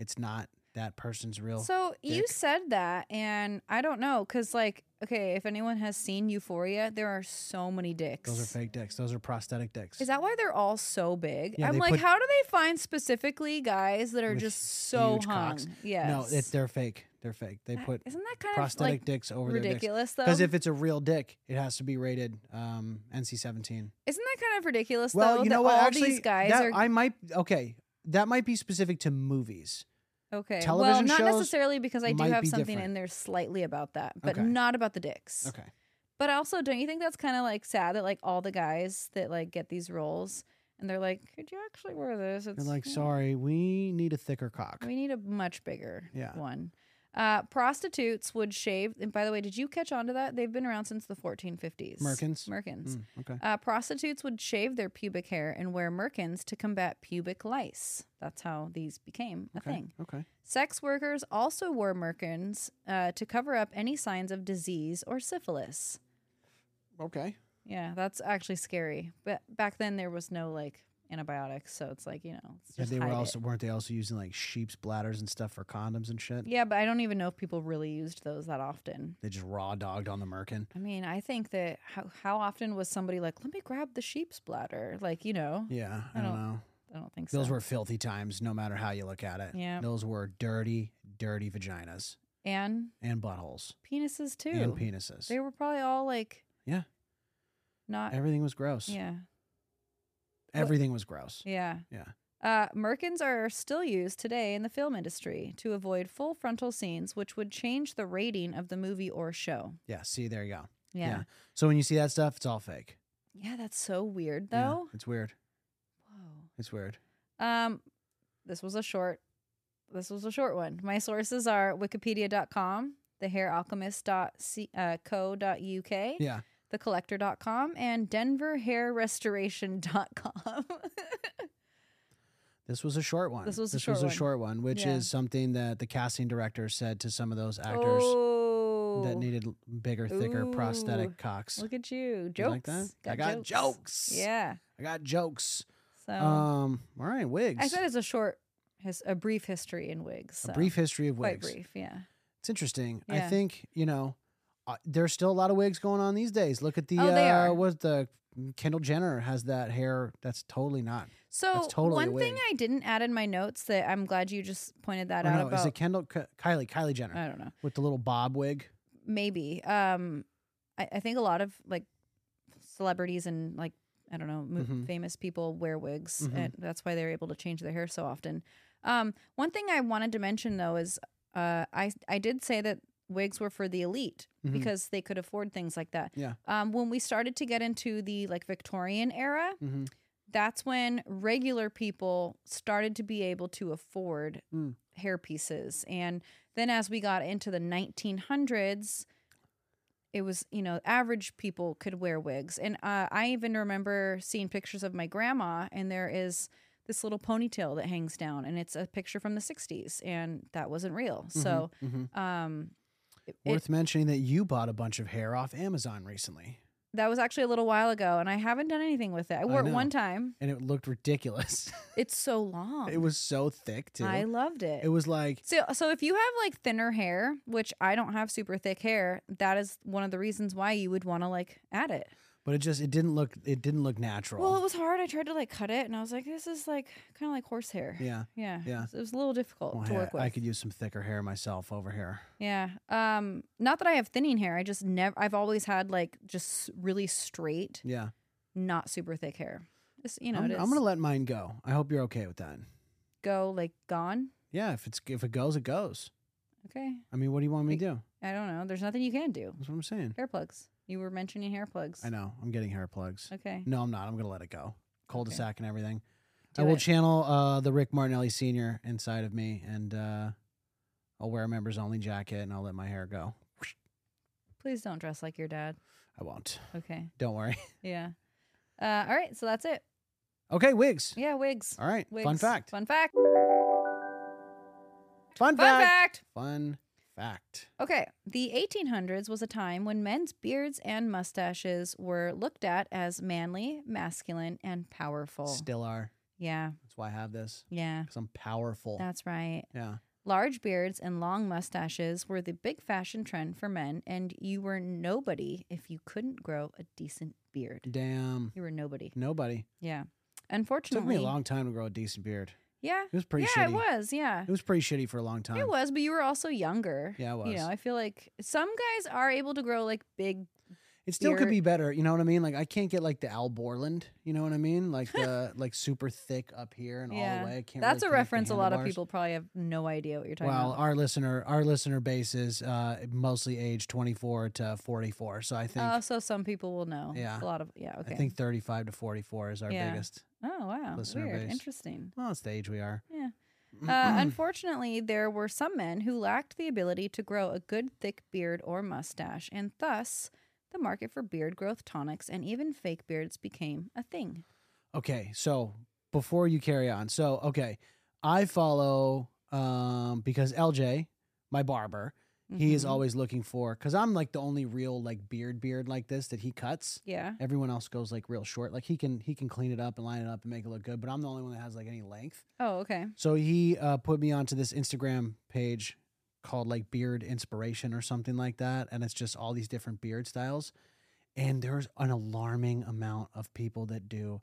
Speaker 2: it's not that person's real.
Speaker 1: So you
Speaker 2: dick.
Speaker 1: said that, and I don't know, cause like, okay, if anyone has seen Euphoria, there are so many dicks.
Speaker 2: Those are fake dicks. Those are prosthetic dicks.
Speaker 1: Is that why they're all so big?
Speaker 2: Yeah,
Speaker 1: I'm
Speaker 2: they
Speaker 1: like,
Speaker 2: put-
Speaker 1: how do they find specifically guys that are
Speaker 2: With
Speaker 1: just so
Speaker 2: huge
Speaker 1: hung?
Speaker 2: cocks?
Speaker 1: Yes.
Speaker 2: No, it's they're fake. They're fake. They
Speaker 1: That-
Speaker 2: put
Speaker 1: Isn't that kind
Speaker 2: prosthetic
Speaker 1: of
Speaker 2: dicks over
Speaker 1: like ridiculous
Speaker 2: their
Speaker 1: though?
Speaker 2: dicks. Because if it's a real dick, it has to be rated um, NC-17.
Speaker 1: Isn't that kind of ridiculous
Speaker 2: Well,
Speaker 1: though?
Speaker 2: you
Speaker 1: that
Speaker 2: know what?
Speaker 1: all
Speaker 2: Actually,
Speaker 1: these guys
Speaker 2: that,
Speaker 1: are
Speaker 2: I might okay. That might be specific to movies.
Speaker 1: Okay. well,
Speaker 2: Television
Speaker 1: not
Speaker 2: shows
Speaker 1: necessarily because I do
Speaker 2: might
Speaker 1: have
Speaker 2: be
Speaker 1: something
Speaker 2: different.
Speaker 1: in there slightly about that, but
Speaker 2: Okay.
Speaker 1: not about the dicks.
Speaker 2: Okay.
Speaker 1: But also, don't you think that's kind of like sad that like all the guys that like get these roles and they're like, could you actually wear this? It's
Speaker 2: They're like, sorry, we need a thicker cock.
Speaker 1: We need a much bigger
Speaker 2: Yeah.
Speaker 1: one. Uh, prostitutes would shave. And by the way, did you catch on to that? They've been around since the 1450s.
Speaker 2: Merkins?
Speaker 1: Merkins.
Speaker 2: Mm, okay.
Speaker 1: Uh, prostitutes would shave their pubic hair and wear merkins to combat pubic lice. That's how these became a
Speaker 2: Okay.
Speaker 1: thing.
Speaker 2: Okay.
Speaker 1: Sex workers also wore merkins uh, to cover up any signs of disease or syphilis.
Speaker 2: Okay.
Speaker 1: Yeah, that's actually scary. But back then there was no like antibiotics, so it's like you know. It's
Speaker 2: Yeah,
Speaker 1: just
Speaker 2: they were
Speaker 1: hide it.
Speaker 2: also weren't they also using like sheep's bladders and stuff for condoms and shit?
Speaker 1: Yeah, but I don't even know if people really used those that often.
Speaker 2: They just raw dogged on the merkin.
Speaker 1: I mean, I think that how, how often was somebody like, "Let me grab the sheep's bladder," like you know?
Speaker 2: Yeah, I,
Speaker 1: I
Speaker 2: don't,
Speaker 1: don't-
Speaker 2: know.
Speaker 1: I don't think so.
Speaker 2: Those were filthy times, no matter how you look at it.
Speaker 1: Yeah.
Speaker 2: Those were dirty, dirty vaginas
Speaker 1: and
Speaker 2: and buttholes
Speaker 1: penises too.
Speaker 2: and penises.
Speaker 1: They were probably all like,
Speaker 2: Yeah.
Speaker 1: not
Speaker 2: Everything was gross.
Speaker 1: yeah,
Speaker 2: Everything was gross.
Speaker 1: yeah.
Speaker 2: Yeah.
Speaker 1: Uh, merkins are still used today in the film industry to avoid full frontal scenes, which would change the rating of the movie or show.
Speaker 2: Yeah. See, there you go.
Speaker 1: Yeah.
Speaker 2: So when you see that stuff, it's all fake.
Speaker 1: Yeah, that's so weird,
Speaker 2: Yeah,
Speaker 1: though.
Speaker 2: it's weird.
Speaker 1: Whoa.
Speaker 2: It's weird.
Speaker 1: Um, this was a short. This was a short one. My sources are Wikipedia.com, uh, thehairalchemist.co.uk,
Speaker 2: Yeah.
Speaker 1: thecollector.com, and denverhairrestoration.com.
Speaker 2: This was a short one.
Speaker 1: This was a
Speaker 2: this
Speaker 1: short
Speaker 2: was a
Speaker 1: one.
Speaker 2: short one, which
Speaker 1: Yeah.
Speaker 2: is something that the casting director said to some of those actors
Speaker 1: oh,
Speaker 2: that needed l- bigger, thicker
Speaker 1: Ooh.
Speaker 2: prosthetic cocks.
Speaker 1: look at you,
Speaker 2: You
Speaker 1: jokes.
Speaker 2: like that? I got jokes.
Speaker 1: Yeah.
Speaker 2: I got jokes.
Speaker 1: So
Speaker 2: Um. All right. Wigs.
Speaker 1: I said it's a short, his, a brief history in wigs. So.
Speaker 2: a brief history of
Speaker 1: quite
Speaker 2: wigs.
Speaker 1: brief, yeah.
Speaker 2: It's interesting. I
Speaker 1: Yeah.
Speaker 2: think you know. Uh, there's still a lot of wigs going on these days. Look at the
Speaker 1: Oh, they
Speaker 2: uh,
Speaker 1: are.
Speaker 2: what the Kendall Jenner has that hair. That's totally not.
Speaker 1: So
Speaker 2: totally a
Speaker 1: one thing
Speaker 2: wig.
Speaker 1: I didn't add in my notes that I'm glad you just pointed that
Speaker 2: Oh,
Speaker 1: out Uh,
Speaker 2: no,
Speaker 1: about.
Speaker 2: is it Kendall Ki- Kylie Kylie Jenner
Speaker 1: I don't know.
Speaker 2: with the little bob wig?
Speaker 1: Maybe. Um, I, I think a lot of like celebrities and like I don't know mo-
Speaker 2: Mhm.
Speaker 1: famous people wear wigs,
Speaker 2: Mhm.
Speaker 1: and that's why they're able to change their hair so often. Um, one thing I wanted to mention though is uh, I I did say that wigs were for the elite
Speaker 2: Mhm.
Speaker 1: because they could afford things like that.
Speaker 2: Yeah.
Speaker 1: Um, when we started to get into the like Victorian era,
Speaker 2: Mm-hmm.
Speaker 1: that's when regular people started to be able to afford
Speaker 2: Mm.
Speaker 1: hair pieces and then as we got into the 1900s it was you know average people could wear wigs and uh, i even remember seeing pictures of my grandma and there is this little ponytail that hangs down and it's a picture from the 60s and that wasn't real so
Speaker 2: Mhm.
Speaker 1: um it-
Speaker 2: Worth mentioning that you bought a bunch of hair off Amazon recently.
Speaker 1: That was actually a little while ago, and I haven't done anything with it. I wore it
Speaker 2: know.
Speaker 1: one time.
Speaker 2: and it looked ridiculous.
Speaker 1: It's so long.
Speaker 2: it was so thick too.
Speaker 1: I loved it.
Speaker 2: it was like
Speaker 1: so, so if you have like thinner hair, which I don't have super thick hair, that is one of the reasons why you would want to like add it.
Speaker 2: but it just it didn't look it didn't look natural.
Speaker 1: Well, it was hard. I tried to like cut it, and I was like, "This is like kind of like horsehair."
Speaker 2: yeah.
Speaker 1: Yeah.
Speaker 2: Yeah.
Speaker 1: It was- It was a little difficult
Speaker 2: Well,
Speaker 1: to
Speaker 2: hey,
Speaker 1: work with.
Speaker 2: I could use some thicker hair myself over here.
Speaker 1: yeah. Um not that I have thinning hair. I just never I've always had like just really straight,
Speaker 2: Yeah.
Speaker 1: not super thick hair. It's, you know,
Speaker 2: I'm,
Speaker 1: it
Speaker 2: I'm
Speaker 1: is
Speaker 2: gonna let mine go. I hope you're okay with that.
Speaker 1: go like gone.
Speaker 2: Yeah, if it's if it goes, it goes.
Speaker 1: Okay.
Speaker 2: I mean, what do you want me to do?
Speaker 1: I don't know. There's nothing you can do.
Speaker 2: That's what I'm saying.
Speaker 1: Hair plugs. You were mentioning hair plugs.
Speaker 2: I know. I'm getting hair plugs.
Speaker 1: Okay.
Speaker 2: No, I'm not. I'm gonna let it go. Cul-de-sac and everything. I
Speaker 1: Do
Speaker 2: will
Speaker 1: it.
Speaker 2: channel uh, the Rick Martinelli Senior inside of me, and uh, I'll wear a members only jacket, and I'll let my hair go.
Speaker 1: Please don't dress like your dad.
Speaker 2: I won't.
Speaker 1: Okay.
Speaker 2: Don't worry.
Speaker 1: Yeah. Uh all right, so that's it.
Speaker 2: Okay, wigs.
Speaker 1: Yeah, wigs.
Speaker 2: All right.
Speaker 1: Wigs.
Speaker 2: Fun fact. Fun,
Speaker 1: Fun fact. Fun
Speaker 2: fact.
Speaker 1: fact.
Speaker 2: Fun fact.
Speaker 1: Okay, the 1800s was a time when men's beards and mustaches were looked at as manly, masculine, and powerful.
Speaker 2: Still are.
Speaker 1: Yeah,
Speaker 2: That's why I have this.
Speaker 1: yeah,
Speaker 2: Cause I'm powerful.
Speaker 1: that's right.
Speaker 2: yeah.
Speaker 1: Large beards and long mustaches were the big fashion trend for men, and you were nobody if you couldn't grow a decent beard.
Speaker 2: Damn.
Speaker 1: You were nobody.
Speaker 2: Nobody.
Speaker 1: Yeah.
Speaker 2: took
Speaker 1: Unfortunately,
Speaker 2: me a long time to grow a decent beard.
Speaker 1: yeah,
Speaker 2: It was pretty
Speaker 1: yeah,
Speaker 2: shitty.
Speaker 1: it was. Yeah,
Speaker 2: It was pretty shitty for a long time.
Speaker 1: it was. But you were also younger.
Speaker 2: Yeah, I
Speaker 1: You know,
Speaker 2: was.
Speaker 1: I feel like some guys are able to grow like big
Speaker 2: It still could
Speaker 1: Beard.
Speaker 2: be better. You know what I mean? Like I can't get like the Al Borland. You know what I mean? Like the like super thick up here and all
Speaker 1: Yeah.
Speaker 2: the way. I can't really
Speaker 1: That's a
Speaker 2: connect the
Speaker 1: reference a lot of
Speaker 2: handlebars.
Speaker 1: people probably have no idea what you're talking
Speaker 2: Well,
Speaker 1: about.
Speaker 2: our listener, our listener base is uh, mostly age twenty four to forty four. So I think
Speaker 1: Oh, so some people will know.
Speaker 2: Yeah.
Speaker 1: A lot of yeah, okay.
Speaker 2: I think thirty five to forty four is our
Speaker 1: Yeah.
Speaker 2: biggest.
Speaker 1: oh wow.
Speaker 2: listener
Speaker 1: Weird.
Speaker 2: base.
Speaker 1: Interesting.
Speaker 2: Well, it's the age we are.
Speaker 1: Yeah. Uh, unfortunately, there were some men who lacked the ability to grow a good thick beard or mustache, and thus the market for beard growth tonics and even fake beards became a thing.
Speaker 2: Okay, so before you carry on, so okay, I follow um because LJ, my barber, he is
Speaker 1: Mhm.
Speaker 2: always looking for because I'm like the only real like beard beard like this that he cuts.
Speaker 1: yeah.
Speaker 2: Everyone else goes like real short. Like he can he can clean it up and line it up and make it look good, but I'm the only one that has like any length.
Speaker 1: Oh, okay.
Speaker 2: So he uh, put me onto this Instagram page called like Beard Inspiration or something like that, and it's just all these different beard styles. And there's an alarming amount of people that do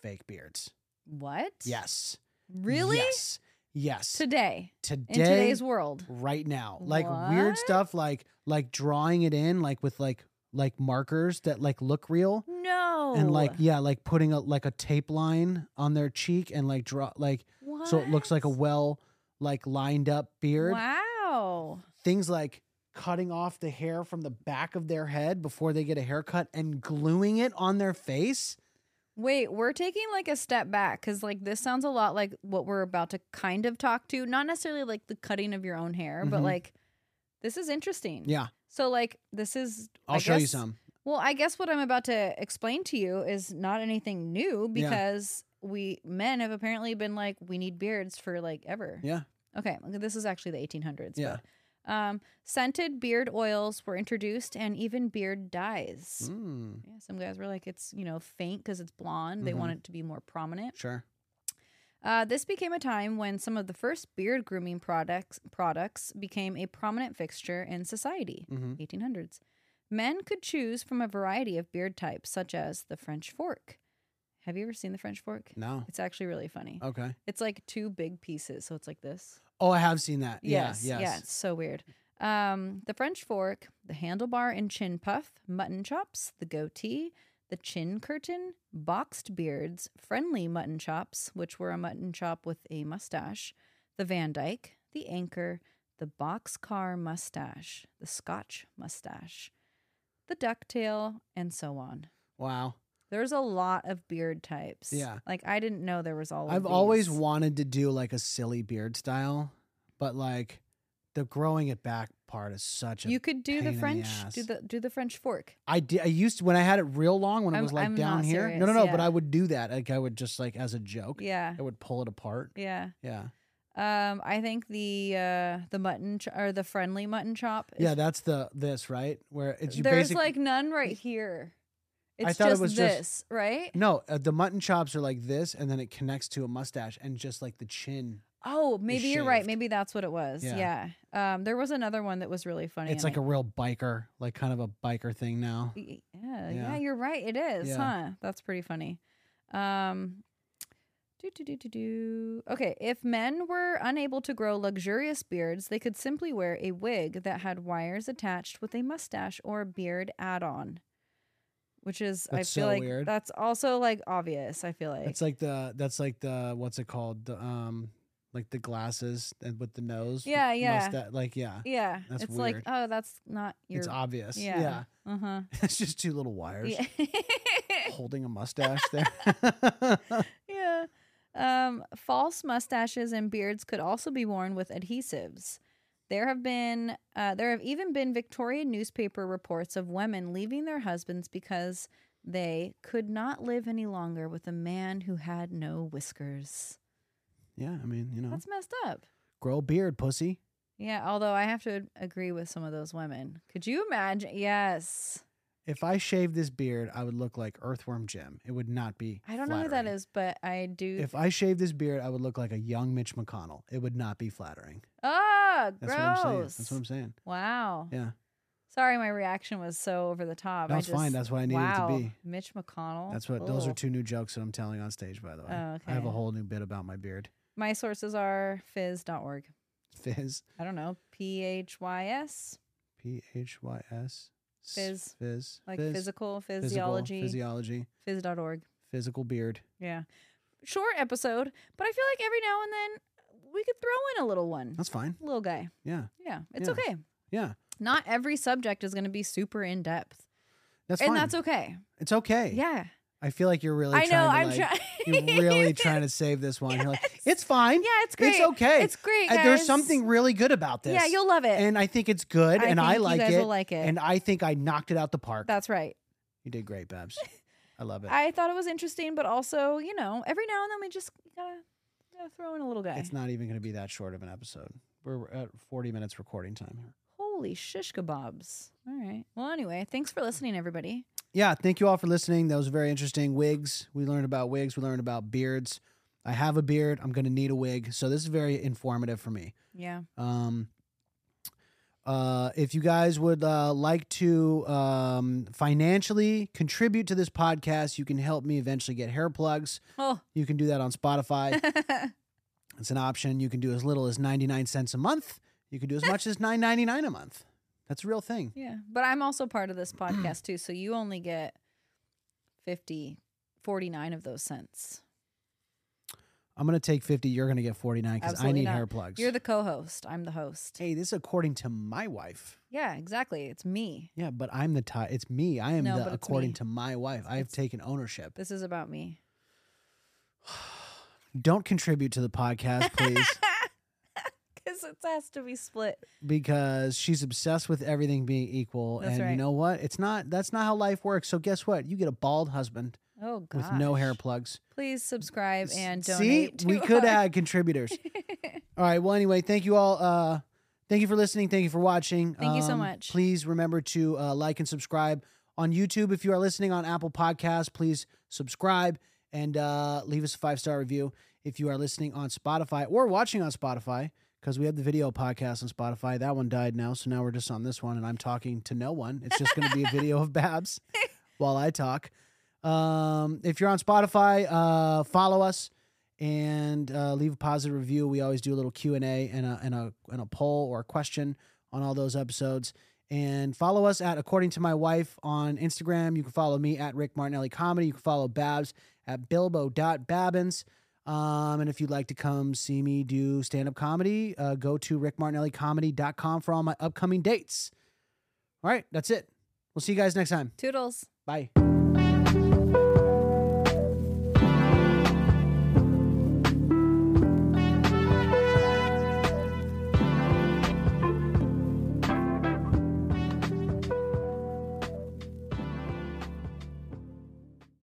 Speaker 2: fake beards.
Speaker 1: What?
Speaker 2: Yes.
Speaker 1: Really?
Speaker 2: Yes. Yes.
Speaker 1: Today.
Speaker 2: Today
Speaker 1: In today's world.
Speaker 2: right now. Like weird
Speaker 1: What?
Speaker 2: stuff like like drawing it in like with like like markers that like look real
Speaker 1: No.
Speaker 2: and like yeah, like putting a like a tape line on their cheek and like draw like
Speaker 1: what?
Speaker 2: so it looks like a well like lined up beard.
Speaker 1: Wow.
Speaker 2: Things like cutting off the hair from the back of their head before they get a haircut and gluing it on their face.
Speaker 1: Wait, we're taking like a step back because like this sounds a lot like what we're about to kind of talk to. Not necessarily like the cutting of your own hair, but
Speaker 2: Mhm.
Speaker 1: like this is interesting.
Speaker 2: Yeah,
Speaker 1: So like this is.
Speaker 2: I'll
Speaker 1: I
Speaker 2: show you
Speaker 1: guess-
Speaker 2: some.
Speaker 1: Well, I guess what I'm about to explain to you is not anything new
Speaker 2: Yeah.
Speaker 1: because we men have apparently been like we need beards for like ever.
Speaker 2: Yeah.
Speaker 1: Okay, okay, this is actually the 1800s.
Speaker 2: Yeah.
Speaker 1: But, um, scented beard oils were introduced and even beard dyes.
Speaker 2: Mm,
Speaker 1: Yeah, some guys were like, it's, you know, faint because it's blonde.
Speaker 2: Mm-hmm.
Speaker 1: They want it to be more prominent.
Speaker 2: sure.
Speaker 1: Uh, this became a time when some of the first beard grooming products products became a prominent fixture in society.
Speaker 2: Mm-hmm.
Speaker 1: 1800s. Men could choose from a variety of beard types, such as the French fork. Have you ever seen the French fork?
Speaker 2: No.
Speaker 1: It's actually really funny.
Speaker 2: Okay.
Speaker 1: It's like two big pieces, so it's like this.
Speaker 2: Oh, I have seen that.
Speaker 1: Yes,
Speaker 2: yeah,
Speaker 1: yeah,
Speaker 2: yes.
Speaker 1: it's so weird. Um, the French fork, the handlebar and chin puff, mutton chops, the goatee, the chin curtain, boxed beards, friendly mutton chops, which were a mutton chop with a mustache, the Van Dyke, the anchor, the boxcar mustache, the Scotch mustache, the ducktail, and so on.
Speaker 2: Wow.
Speaker 1: There's a lot of beard types.
Speaker 2: Yeah.
Speaker 1: like I didn't know there was all. of
Speaker 2: I've always
Speaker 1: these.
Speaker 2: wanted to do like a silly beard style, but like the growing it back part is such a.
Speaker 1: You could do
Speaker 2: pain
Speaker 1: the
Speaker 2: in the
Speaker 1: French, do
Speaker 2: ass.
Speaker 1: the do the French fork.
Speaker 2: I did. I used to, when I had it real long when it
Speaker 1: I'm-
Speaker 2: was like
Speaker 1: I'm
Speaker 2: down
Speaker 1: not
Speaker 2: here. no, no,
Speaker 1: serious,
Speaker 2: no. But
Speaker 1: yeah.
Speaker 2: I would do that. Like I would just like as a joke.
Speaker 1: Yeah.
Speaker 2: I would pull it apart.
Speaker 1: Yeah.
Speaker 2: Yeah.
Speaker 1: Um, I think the uh the mutton ch- or the friendly mutton chop. Is,
Speaker 2: Yeah. That's the this right where it's you
Speaker 1: there's
Speaker 2: basic-
Speaker 1: like none right here. It's
Speaker 2: I thought it
Speaker 1: just
Speaker 2: was just-
Speaker 1: this, right?
Speaker 2: No, uh, the mutton chops are like this, and then it connects to a mustache and just like the chin.
Speaker 1: Oh, maybe you're right.
Speaker 2: shaved.
Speaker 1: Maybe that's what it was. Yeah.
Speaker 2: Yeah.
Speaker 1: Um, there was another one that was really funny.
Speaker 2: It's like a real biker, like kind of a biker thing now.
Speaker 1: yeah, yeah,
Speaker 2: Yeah.
Speaker 1: You're right. It is,
Speaker 2: Yeah.
Speaker 1: huh? That's pretty funny. Um, do do do do do. Okay, if men were unable to grow luxurious beards, they could simply wear a wig that had wires attached with a mustache or beard add-on. Which is, I feel
Speaker 2: That's so
Speaker 1: like
Speaker 2: weird.
Speaker 1: that's also like obvious. I feel like
Speaker 2: It's like the that's like the what's it called? The um like the glasses and with the nose.
Speaker 1: Yeah, yeah.
Speaker 2: musta- like yeah.
Speaker 1: Yeah.
Speaker 2: That's
Speaker 1: it's like,
Speaker 2: weird.
Speaker 1: oh, that's not your.
Speaker 2: it's obvious.
Speaker 1: yeah.
Speaker 2: Yeah.
Speaker 1: Uh huh.
Speaker 2: It's just two little wires
Speaker 1: Yeah.
Speaker 2: holding a mustache there.
Speaker 1: yeah. Um, false mustaches and beards could also be worn with adhesives. There have been, uh, there have even been Victorian newspaper reports of women leaving their husbands because they could not live any longer with a man who had no whiskers.
Speaker 2: yeah, I mean, you know.
Speaker 1: That's messed up.
Speaker 2: grow a beard, pussy.
Speaker 1: Yeah, although I have to agree with some of those women. Could you imagine? Yes.
Speaker 2: If I shaved this beard, I would look like Earthworm Jim. It would not be.
Speaker 1: I don't know who that
Speaker 2: flattering.
Speaker 1: is, but I do.
Speaker 2: If I shaved this beard, I would look like a young Mitch McConnell. It would not be flattering.
Speaker 1: oh,
Speaker 2: That's
Speaker 1: gross!
Speaker 2: what I'm saying. That's what I'm saying.
Speaker 1: wow.
Speaker 2: Yeah.
Speaker 1: Sorry, my reaction was so over the top. I
Speaker 2: That's
Speaker 1: just,
Speaker 2: fine. That's what I needed
Speaker 1: wow.
Speaker 2: it to be.
Speaker 1: Mitch McConnell.
Speaker 2: That's what those are
Speaker 1: Ugh.
Speaker 2: two new jokes that I'm telling on stage, by the way.
Speaker 1: Oh,
Speaker 2: I have
Speaker 1: okay.
Speaker 2: a whole new bit about my beard.
Speaker 1: My sources are fizz.org.
Speaker 2: Fizz.
Speaker 1: I don't know. P H Y S.
Speaker 2: P H Y S. S-
Speaker 1: Fizz.
Speaker 2: Fizz.
Speaker 1: Like
Speaker 2: Fizz.
Speaker 1: physical,
Speaker 2: Physical,
Speaker 1: physiology.
Speaker 2: Physiology.
Speaker 1: Fizz.org.
Speaker 2: Physical beard.
Speaker 1: Yeah. Short episode, but I feel like every now and then we could throw in a little one.
Speaker 2: That's fine.
Speaker 1: Little guy.
Speaker 2: Yeah.
Speaker 1: Yeah. It's
Speaker 2: Yeah.
Speaker 1: okay.
Speaker 2: Yeah.
Speaker 1: Not every subject is going to be super in depth.
Speaker 2: That's
Speaker 1: and
Speaker 2: fine.
Speaker 1: that's okay.
Speaker 2: it's okay.
Speaker 1: Yeah.
Speaker 2: I feel like you're really
Speaker 1: I know.
Speaker 2: trying
Speaker 1: I'm
Speaker 2: to like,
Speaker 1: trying.
Speaker 2: you're really trying to save this one. You're like, it's fine.
Speaker 1: Yeah, it's great.
Speaker 2: It's okay.
Speaker 1: It's great.
Speaker 2: Uh, There's
Speaker 1: guys.
Speaker 2: something really good about this.
Speaker 1: Yeah, you'll love it.
Speaker 2: and I think it's good, and I
Speaker 1: think
Speaker 2: like
Speaker 1: you guys
Speaker 2: it,
Speaker 1: Will like it.
Speaker 2: and I think I knocked it out the park.
Speaker 1: That's right.
Speaker 2: you did great, Babs. I love it.
Speaker 1: I thought it was interesting, but also, you know, every now and then we just gotta, gotta throw in a little guy.
Speaker 2: it's not even going to be that short of an episode. We're at 40 minutes recording time here.
Speaker 1: Holy shish kebabs! All right. Well, anyway, thanks for listening, everybody.
Speaker 2: Yeah, thank you all for listening. That was very interesting. Wigs. We learned about wigs. We learned about beards. I have a beard. I'm going to need a wig. So this is very informative for me.
Speaker 1: Yeah.
Speaker 2: Um, uh, if you guys would uh, like to um, financially contribute to this podcast, you can help me eventually get hair plugs.
Speaker 1: Oh.
Speaker 2: You can do that on Spotify. it's an option. You can do as little as 99 cents a month. You can do as much as 9.99 a month. That's a real thing.
Speaker 1: yeah. But I'm also part of this podcast too, so you only get 50, 49 of those cents.
Speaker 2: I'm going to take 50. You're going to get 49 because I
Speaker 1: Absolutely
Speaker 2: need
Speaker 1: not.
Speaker 2: hair plugs.
Speaker 1: You're the co-host. I'm the host.
Speaker 2: hey, this is according to my wife.
Speaker 1: Yeah, exactly. It's me.
Speaker 2: Yeah, but I'm the tie. It's me. I am
Speaker 1: No, but
Speaker 2: the
Speaker 1: it's
Speaker 2: according
Speaker 1: me.
Speaker 2: to my wife. I have taken ownership.
Speaker 1: This is about me.
Speaker 2: Don't contribute to the podcast, please.
Speaker 1: Because it has to be split.
Speaker 2: because she's obsessed with everything being equal
Speaker 1: That's
Speaker 2: and
Speaker 1: right.
Speaker 2: you know what it's not that's not how life works so guess what you get a bald husband
Speaker 1: Oh god.
Speaker 2: with no hair plugs
Speaker 1: Please subscribe and
Speaker 2: S-
Speaker 1: donate.
Speaker 2: see we
Speaker 1: to
Speaker 2: could
Speaker 1: our-
Speaker 2: add contributors all right well anyway thank you all uh thank you for listening thank you for watching Um,
Speaker 1: Thank you so much.
Speaker 2: please remember to uh, like and subscribe on youtube if you are listening on apple Podcasts, please subscribe and uh, leave us a five star review if you are listening on spotify or watching on spotify because we have the video podcast on Spotify. That one died now, so now we're just on this one, and I'm talking to no one. It's just going to be a video of Babs while I talk. Um, if you're on Spotify, uh, follow us and uh, leave a positive review. We always do a little Q and A and a and a and a poll or a question on all those episodes. And follow us at According to My Wife on Instagram. You can follow me at Rick Martinelli Comedy. You can follow Babs at Bilbo.Babbins. Um, and if you'd like to come see me do stand up comedy, uh, go to rickmartinellicomedy.com for all my upcoming dates. All right, that's it. We'll see you guys next time.
Speaker 1: Toodles.
Speaker 2: Bye.